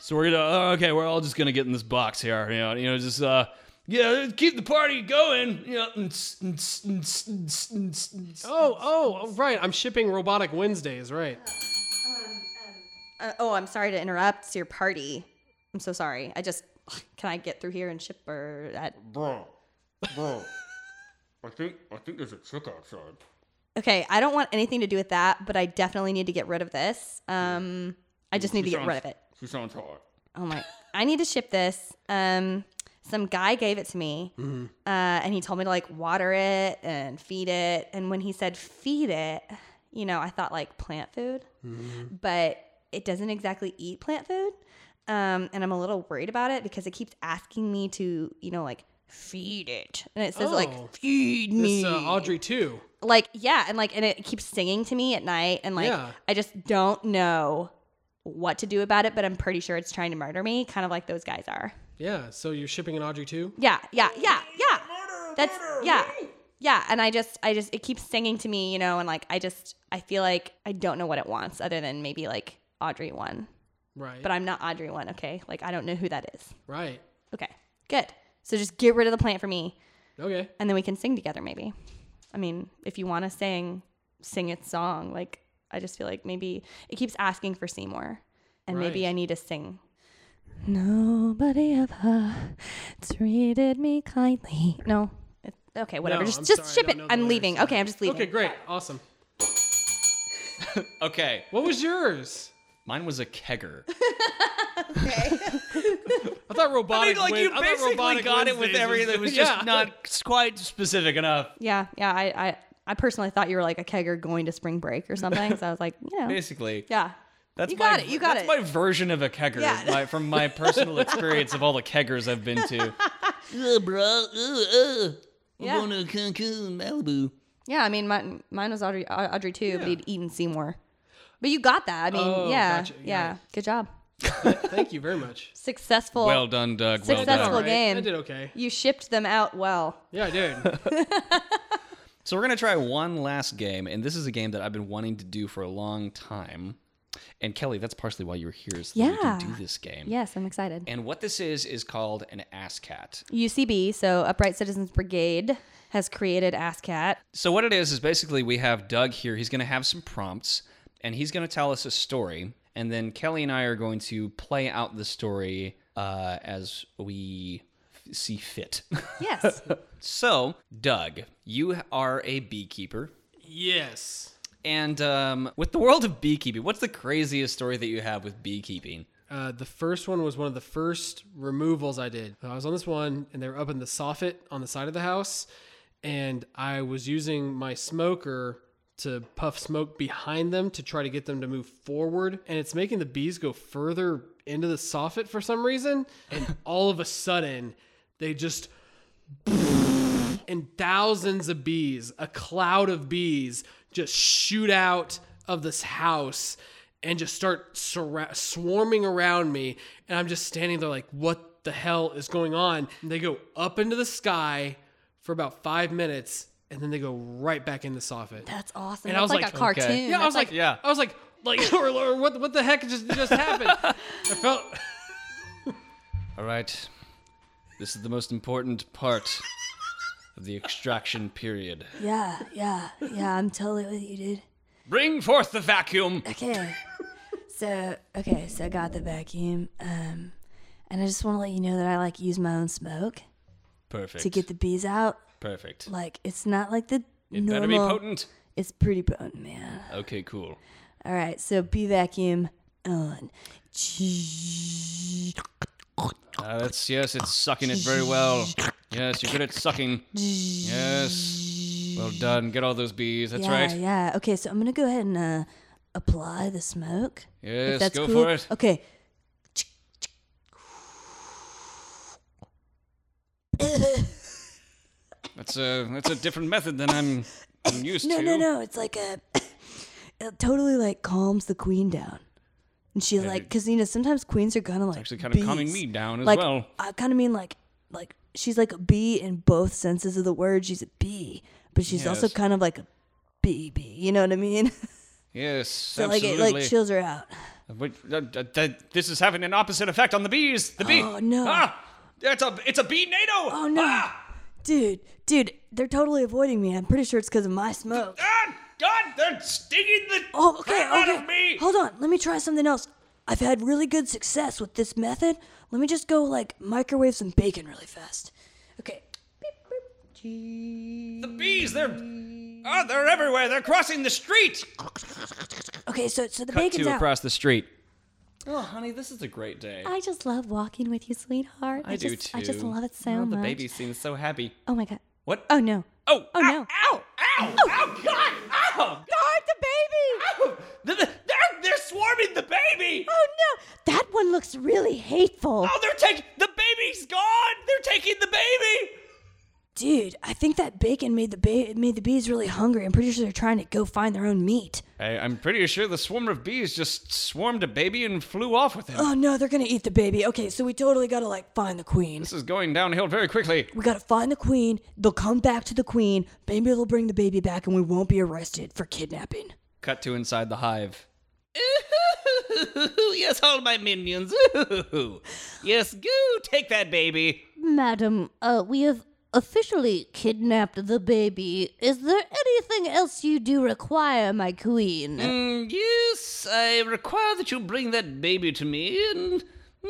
[SPEAKER 1] so we're gonna uh, okay. We're all just gonna get in this box here, you know. You know, just uh, yeah, keep the party going. You know, ns- ns- ns- ns- ns- ns.
[SPEAKER 3] Oh, oh, oh, right. I'm shipping robotic Wednesdays, right?
[SPEAKER 2] Uh, oh, I'm sorry to interrupt your party. I'm so sorry. I just can I get through here and ship or that?
[SPEAKER 5] Bro, bro, I think I think there's a chick outside.
[SPEAKER 2] Okay, I don't want anything to do with that, but I definitely need to get rid of this. Um, I just need to get rid of it.
[SPEAKER 5] She sounds hot.
[SPEAKER 2] Oh my! I need to ship this. Um, some guy gave it to me,
[SPEAKER 3] Mm-hmm.
[SPEAKER 2] uh, and he told me to like water it and feed it. And when he said feed it, you know, I thought like plant food,
[SPEAKER 3] Mm-hmm.
[SPEAKER 2] but it doesn't exactly eat plant food. Um, and I'm a little worried about it because it keeps asking me to, you know, like feed it, and it says
[SPEAKER 3] Oh.
[SPEAKER 2] like feed me,
[SPEAKER 3] It's uh, Audrey too.
[SPEAKER 2] like yeah, and like and it keeps singing to me at night, and like
[SPEAKER 3] Yeah.
[SPEAKER 2] I just don't know what to do about it, but I'm pretty sure it's trying to murder me, kind of like those guys are.
[SPEAKER 3] Yeah. So you're shipping an Audrey too.
[SPEAKER 2] Yeah, yeah, yeah, yeah. That's yeah. Yeah, and I just I just it keeps singing to me, you know, and like I just I feel like I don't know what it wants other than maybe like Audrey 1.
[SPEAKER 3] Right.
[SPEAKER 2] But I'm not Audrey 1, okay? Like I don't know who that is.
[SPEAKER 3] right.
[SPEAKER 2] Okay. Good. So just get rid of the plant for me
[SPEAKER 3] Okay.
[SPEAKER 2] and then we can sing together maybe. I mean, if you want to sing, sing its song. Like I just feel like maybe it keeps asking for Seymour, and maybe
[SPEAKER 3] Right.
[SPEAKER 2] I need to sing. Nobody ever treated me kindly. No. It- Okay, whatever.
[SPEAKER 3] No,
[SPEAKER 2] just
[SPEAKER 3] I'm
[SPEAKER 2] just
[SPEAKER 3] sorry, I
[SPEAKER 2] ship
[SPEAKER 3] don't
[SPEAKER 2] it.
[SPEAKER 3] know the
[SPEAKER 2] I'm
[SPEAKER 3] lyrics
[SPEAKER 2] leaving.
[SPEAKER 3] to
[SPEAKER 2] Okay,
[SPEAKER 3] that.
[SPEAKER 2] I'm just leaving.
[SPEAKER 3] Okay. Great. Awesome.
[SPEAKER 1] Okay,
[SPEAKER 3] What was yours?
[SPEAKER 1] mine was a kegger.
[SPEAKER 3] I thought
[SPEAKER 1] I mean,
[SPEAKER 3] robotic.
[SPEAKER 1] like
[SPEAKER 3] Wed-
[SPEAKER 1] you
[SPEAKER 3] I thought
[SPEAKER 1] basically
[SPEAKER 3] robotic
[SPEAKER 1] got it with
[SPEAKER 3] Wednesdays
[SPEAKER 1] everything. It was
[SPEAKER 3] yeah.
[SPEAKER 1] just not quite specific enough.
[SPEAKER 2] Yeah, yeah. I, I I personally thought you were like a kegger going to spring break or something. So I was like, you know,
[SPEAKER 1] Basically,
[SPEAKER 2] yeah.
[SPEAKER 1] that's
[SPEAKER 2] you got
[SPEAKER 1] my,
[SPEAKER 2] it. You got
[SPEAKER 1] that's
[SPEAKER 2] it.
[SPEAKER 1] my version of a kegger.
[SPEAKER 2] Yeah.
[SPEAKER 1] my- from my personal experience of all the keggers I've been to.
[SPEAKER 2] Uh, yeah.
[SPEAKER 1] to Cancun, Malibu.
[SPEAKER 2] Yeah, I mean, mine, mine was Audrey, Au- Audrey too, but he'd eaten Seymour. But you got that. I mean,
[SPEAKER 3] Oh,
[SPEAKER 2] yeah,
[SPEAKER 3] gotcha, got
[SPEAKER 2] yeah.
[SPEAKER 3] it.
[SPEAKER 2] Good job.
[SPEAKER 3] Thank you very much.
[SPEAKER 2] Successful.
[SPEAKER 1] Well done, Doug. Well
[SPEAKER 2] Successful
[SPEAKER 1] done.
[SPEAKER 3] All
[SPEAKER 2] game.
[SPEAKER 3] I did okay.
[SPEAKER 2] you shipped them out well.
[SPEAKER 3] Yeah, I did.
[SPEAKER 1] So we're gonna try one last game, and this is a game that I've been wanting to do for a long time. And Kelly, that's partially why you were here, is that we can
[SPEAKER 2] Yeah.
[SPEAKER 1] do this game.
[SPEAKER 2] Yes, I'm excited.
[SPEAKER 1] And what this is is called an ass cat.
[SPEAKER 2] UCB, so Upright Citizens Brigade, has created ASCAT.
[SPEAKER 1] So what it is is basically we have Doug here. He's going to have some prompts, and he's going to tell us a story, and then Kelly and I are going to play out the story uh, as we f- see fit.
[SPEAKER 2] Yes.
[SPEAKER 1] so Doug, you are a beekeeper,
[SPEAKER 3] yes.
[SPEAKER 1] and um, with the world of beekeeping, what's the craziest story that you have with beekeeping?
[SPEAKER 3] Uh, the first one was one of the first removals I did. I was on this one, and they were up in the soffit on the side of the house, and I was using my smoker to puff smoke behind them to try to get them to move forward, and it's making the bees go further into the soffit for some reason, and all of a sudden they just and thousands of bees, a cloud of bees, just shoot out of this house. and just start surra- swarming around me. And I'm just standing there like, what the hell is going on? And they go up into the sky for about five minutes and then they go right back in the soffit.
[SPEAKER 6] That's awesome.
[SPEAKER 3] And I was
[SPEAKER 6] That's like,
[SPEAKER 3] like, okay.
[SPEAKER 6] a cartoon.
[SPEAKER 3] Yeah, I
[SPEAKER 6] That's
[SPEAKER 3] was like,
[SPEAKER 1] Yeah.
[SPEAKER 3] I was like, like, or, or what? What the heck just just happened? I felt.
[SPEAKER 1] All right. This is the most important part of the extraction period.
[SPEAKER 6] yeah, yeah, yeah. I'm totally with you, dude.
[SPEAKER 1] Bring forth the vacuum.
[SPEAKER 6] Okay. so okay, so I got the vacuum. Um and I just want to let you know that I like use my own smoke
[SPEAKER 1] Perfect.
[SPEAKER 6] to get the bees out.
[SPEAKER 1] Perfect.
[SPEAKER 6] Like it's not like the
[SPEAKER 1] It
[SPEAKER 6] normal.
[SPEAKER 1] better be potent.
[SPEAKER 6] It's pretty potent, man.
[SPEAKER 1] Okay, cool.
[SPEAKER 6] All right, so bee vacuum on.
[SPEAKER 1] Uh, that's yes, it's sucking it very well. Yes, you're good at sucking. Yes. Well done. Get all those bees. That's
[SPEAKER 6] yeah,
[SPEAKER 1] right.
[SPEAKER 6] yeah. Okay, so I'm gonna go ahead and uh, apply the smoke.
[SPEAKER 1] Yes,
[SPEAKER 6] if that's
[SPEAKER 1] go
[SPEAKER 6] cool.
[SPEAKER 1] for it.
[SPEAKER 6] Okay.
[SPEAKER 1] That's a that's a different method than I'm, I'm used
[SPEAKER 6] No,
[SPEAKER 1] to.
[SPEAKER 6] no, no. It's like a. It totally like calms the queen down. And she like, cause you know sometimes queens are kind of like
[SPEAKER 1] Actually, kind of calming
[SPEAKER 6] bees.
[SPEAKER 1] me down as
[SPEAKER 6] Like
[SPEAKER 1] well.
[SPEAKER 6] I kind of mean like like she's like a bee in both senses of the word. She's a bee, but she's also
[SPEAKER 1] Yes.
[SPEAKER 6] kind of like a bee bee. You know what I mean?
[SPEAKER 1] Yes,
[SPEAKER 6] so like
[SPEAKER 1] absolutely.
[SPEAKER 6] it like chills her out.
[SPEAKER 1] Wait, uh, uh, th- this is having an opposite effect on the bees. The bee.
[SPEAKER 6] Oh, no.
[SPEAKER 1] Ah, it's a it's a bee NATO.
[SPEAKER 6] Oh no, dude, dude, they're totally avoiding me. I'm pretty sure it's cause of my smoke.
[SPEAKER 1] Ah, God, they're stinging the
[SPEAKER 6] Oh, okay,
[SPEAKER 1] crap out
[SPEAKER 6] okay.
[SPEAKER 1] of me.
[SPEAKER 6] Hold on, let me try something else. I've had really good success with this method. Let me just go like microwave some bacon really fast. Okay.
[SPEAKER 1] The bees, they're oh, they're everywhere. They're crossing the street.
[SPEAKER 6] Okay, so so the
[SPEAKER 1] Cut
[SPEAKER 6] bacon's
[SPEAKER 1] to
[SPEAKER 6] out.
[SPEAKER 1] across the street. Oh, honey, this is a great day.
[SPEAKER 6] I just love walking with you, sweetheart. I,
[SPEAKER 1] do
[SPEAKER 6] just I just
[SPEAKER 1] too.
[SPEAKER 6] love it so
[SPEAKER 1] Oh,
[SPEAKER 6] much.
[SPEAKER 1] the baby seems so happy.
[SPEAKER 6] Oh my god.
[SPEAKER 1] What?
[SPEAKER 6] Oh no.
[SPEAKER 1] Oh,
[SPEAKER 6] Oh,
[SPEAKER 1] ow,
[SPEAKER 6] no.
[SPEAKER 1] Ow! Ow! Ow! God! Ow!
[SPEAKER 6] Guard the baby!
[SPEAKER 1] Ow! They're, they're, they're swarming the baby.
[SPEAKER 6] Oh no! That one looks really hateful.
[SPEAKER 1] Oh, they're taking the baby's gone. They're taking the baby.
[SPEAKER 6] Dude, I think that bacon made the ba- made the bees really hungry. I'm pretty sure they're trying to go find their own meat.
[SPEAKER 1] I, I'm pretty sure the swarm of bees just swarmed a baby and flew off with him.
[SPEAKER 6] Oh no, they're gonna eat the baby. Okay, so we totally gotta like find the queen.
[SPEAKER 1] This is going downhill very quickly.
[SPEAKER 6] We gotta find the queen. They'll come back to the queen. Maybe they'll bring the baby back, and we won't be arrested for kidnapping.
[SPEAKER 1] Cut to inside the hive.
[SPEAKER 7] yes, all my minions. Yes, go take that baby.
[SPEAKER 8] Madam, uh, we have officially kidnapped the baby. Is there anything else you do require, my queen?
[SPEAKER 7] Mm, yes, I require that you bring that baby to me, and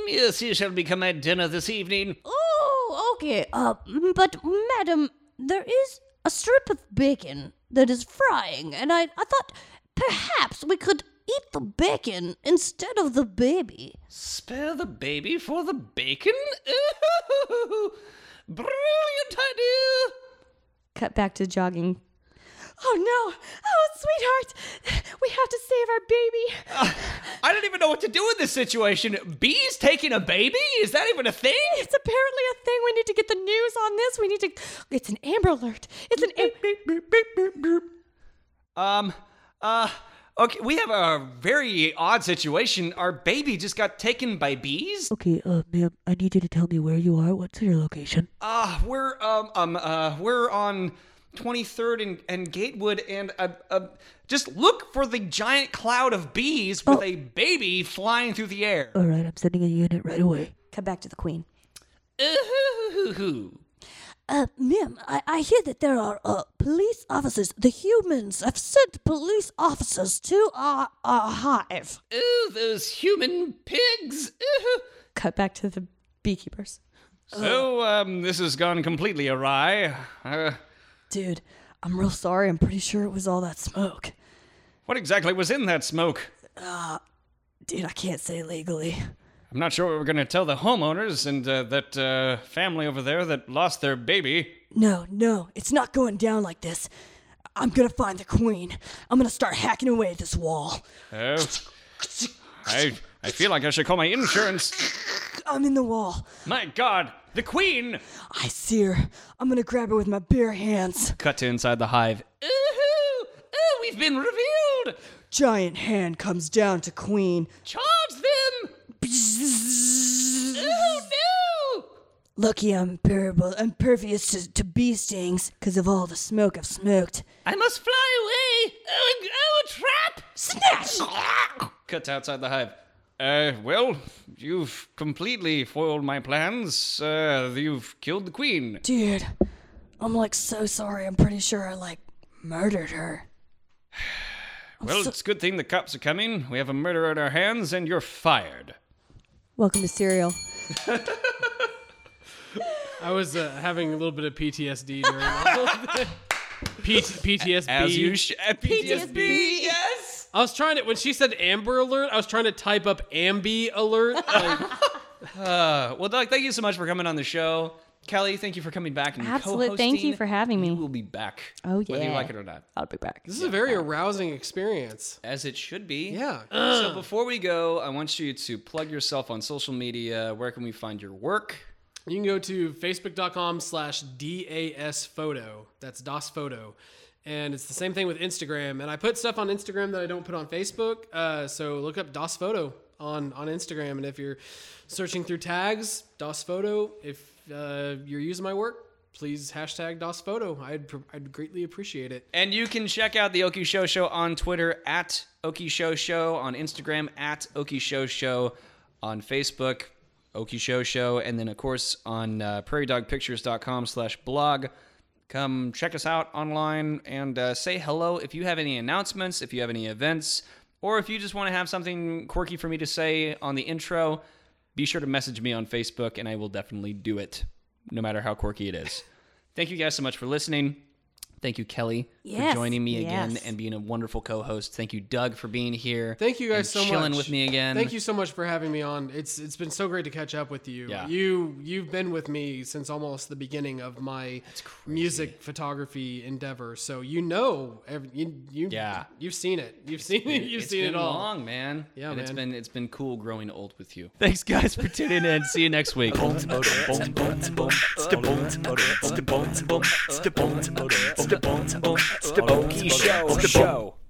[SPEAKER 7] yes, he shall become my dinner this evening.
[SPEAKER 8] Oh, okay. Uh, m- but madam, there is a strip of bacon that is frying, and I, I thought perhaps we could eat the bacon instead of the baby.
[SPEAKER 7] Spare the baby for the bacon? Brilliant idea!
[SPEAKER 6] Cut back to jogging. Oh no! Oh, sweetheart! We have to save our baby!
[SPEAKER 1] I don't even know what to do in this situation. Bees taking a baby? Is that even a thing?
[SPEAKER 6] It's apparently a thing. We need to get the news on this. We need to. It's an Amber Alert. It's an. Am-
[SPEAKER 1] Um, uh, okay, we have a very odd situation. Our baby just got taken by bees.
[SPEAKER 9] Okay, uh, ma'am, I need you to tell me where you are. What's your location?
[SPEAKER 1] Ah, we're um um uh we're on 23rd and, and Gatewood and uh, uh just look for the giant cloud of bees with a baby flying through the air.
[SPEAKER 6] Uh.
[SPEAKER 9] All right, I'm sending a unit right away.
[SPEAKER 6] Cut back to the queen.
[SPEAKER 8] Uh, ma'am, I, I hear that there are uh, police officers. The humans have sent police officers to our, our hive.
[SPEAKER 7] Oh, those human pigs!
[SPEAKER 6] Cut back to the beekeepers.
[SPEAKER 1] So um this has gone completely awry. Uh,
[SPEAKER 6] Dude, I'm real sorry. I'm pretty sure it was all that smoke.
[SPEAKER 1] what exactly was in that smoke?
[SPEAKER 6] Dude, I can't say legally.
[SPEAKER 1] I'm not sure what we're going to tell the homeowners and uh, that uh, family over there that lost their baby.
[SPEAKER 6] No, no, it's not going down like this. I'm gonna find the queen. I'm gonna start hacking away at this wall.
[SPEAKER 1] Oh, I I feel like I should call my insurance.
[SPEAKER 6] I'm in the wall.
[SPEAKER 1] My God, the Queen!
[SPEAKER 6] I see her. I'm gonna grab her with my bare hands.
[SPEAKER 1] Cut to inside the hive.
[SPEAKER 7] Oh, oh, we've been revealed!
[SPEAKER 10] Hold!
[SPEAKER 11] Giant hand comes down to Queen.
[SPEAKER 10] Charge them! Oh no!
[SPEAKER 11] Lucky I'm imperable, impervious to, to bee stings because of all the smoke I've smoked.
[SPEAKER 10] I must fly away! Oh, and- oh a trap! Snatch!
[SPEAKER 1] Cuts outside the hive. Uh, well, you've completely foiled my plans. Uh, you've killed the queen.
[SPEAKER 11] Dude, I'm like so sorry. I'm pretty sure I like murdered her.
[SPEAKER 1] Well, it's a good thing the cops are coming. We have a murder on our hands, and you're fired.
[SPEAKER 2] Welcome to cereal.
[SPEAKER 3] I was uh, having a little bit of PTSD during all of this. P- PTSD.
[SPEAKER 1] As you sh- PTSD.
[SPEAKER 10] Yes!
[SPEAKER 3] I was trying to when she said Amber Alert, I was trying to type up Ambi Alert. Like,
[SPEAKER 1] Uh, well, Doc, thank you so much for coming on the show. Kelly, thank you for coming back and
[SPEAKER 2] Absolute. Thank you
[SPEAKER 1] co-hosting.
[SPEAKER 2] for having
[SPEAKER 1] You
[SPEAKER 2] me.
[SPEAKER 1] will be back.
[SPEAKER 2] Oh,
[SPEAKER 1] Whether you
[SPEAKER 2] yeah.
[SPEAKER 1] like it or not,
[SPEAKER 2] I'll be back.
[SPEAKER 3] this is a very arousing experience.
[SPEAKER 1] as it should be.
[SPEAKER 3] Yeah.
[SPEAKER 1] So before we go, I want you to plug yourself on social media. Where can we find your work?
[SPEAKER 3] You can go to facebook.com slash DAS photo. That's DOS photo. And it's the same thing with Instagram. And I put stuff on Instagram that I don't put on Facebook. Uh, so look up DOS photo on, on Instagram. And if you're searching through tags, DOS photo, if uh, you're using my work, please hashtag DOS photo. I'd, pr- I'd greatly appreciate it.
[SPEAKER 1] And you can check out the Oki Show Show on Twitter at Oki Show Show, on Instagram at Oki Show Show, on Facebook, Oki Show Show, and then of course on uh, prairiedogpictures.com slash blog. Come check us out online and uh, say hello if you have any announcements, if you have any events, or if you just want to have something quirky for me to say on the intro, be sure to message me on Facebook and I will definitely do it, no matter how quirky it is. Thank you guys so much for listening. Thank you, Kelly,
[SPEAKER 2] Yes,
[SPEAKER 1] for joining me again
[SPEAKER 2] yes.
[SPEAKER 1] and being a wonderful co-host. Thank you, Doug, for being here.
[SPEAKER 3] Thank you guys
[SPEAKER 1] and
[SPEAKER 3] so
[SPEAKER 1] chilling
[SPEAKER 3] much.
[SPEAKER 1] with me again.
[SPEAKER 3] Thank you so much for having me on. It's it's been so great to catch up with you.
[SPEAKER 1] Yeah.
[SPEAKER 3] You you've been with me since almost the beginning of my music photography endeavor. So you know every, you you
[SPEAKER 1] Yeah.
[SPEAKER 3] you've seen it. You've seen it. You've
[SPEAKER 1] It's
[SPEAKER 3] seen
[SPEAKER 1] been
[SPEAKER 3] it all.
[SPEAKER 1] long, man.
[SPEAKER 3] Yeah,
[SPEAKER 1] and it's
[SPEAKER 3] man.
[SPEAKER 1] been it's been cool growing old with you. Thanks, guys, for tuning in. See you next week.
[SPEAKER 12] It's the Bonk Show.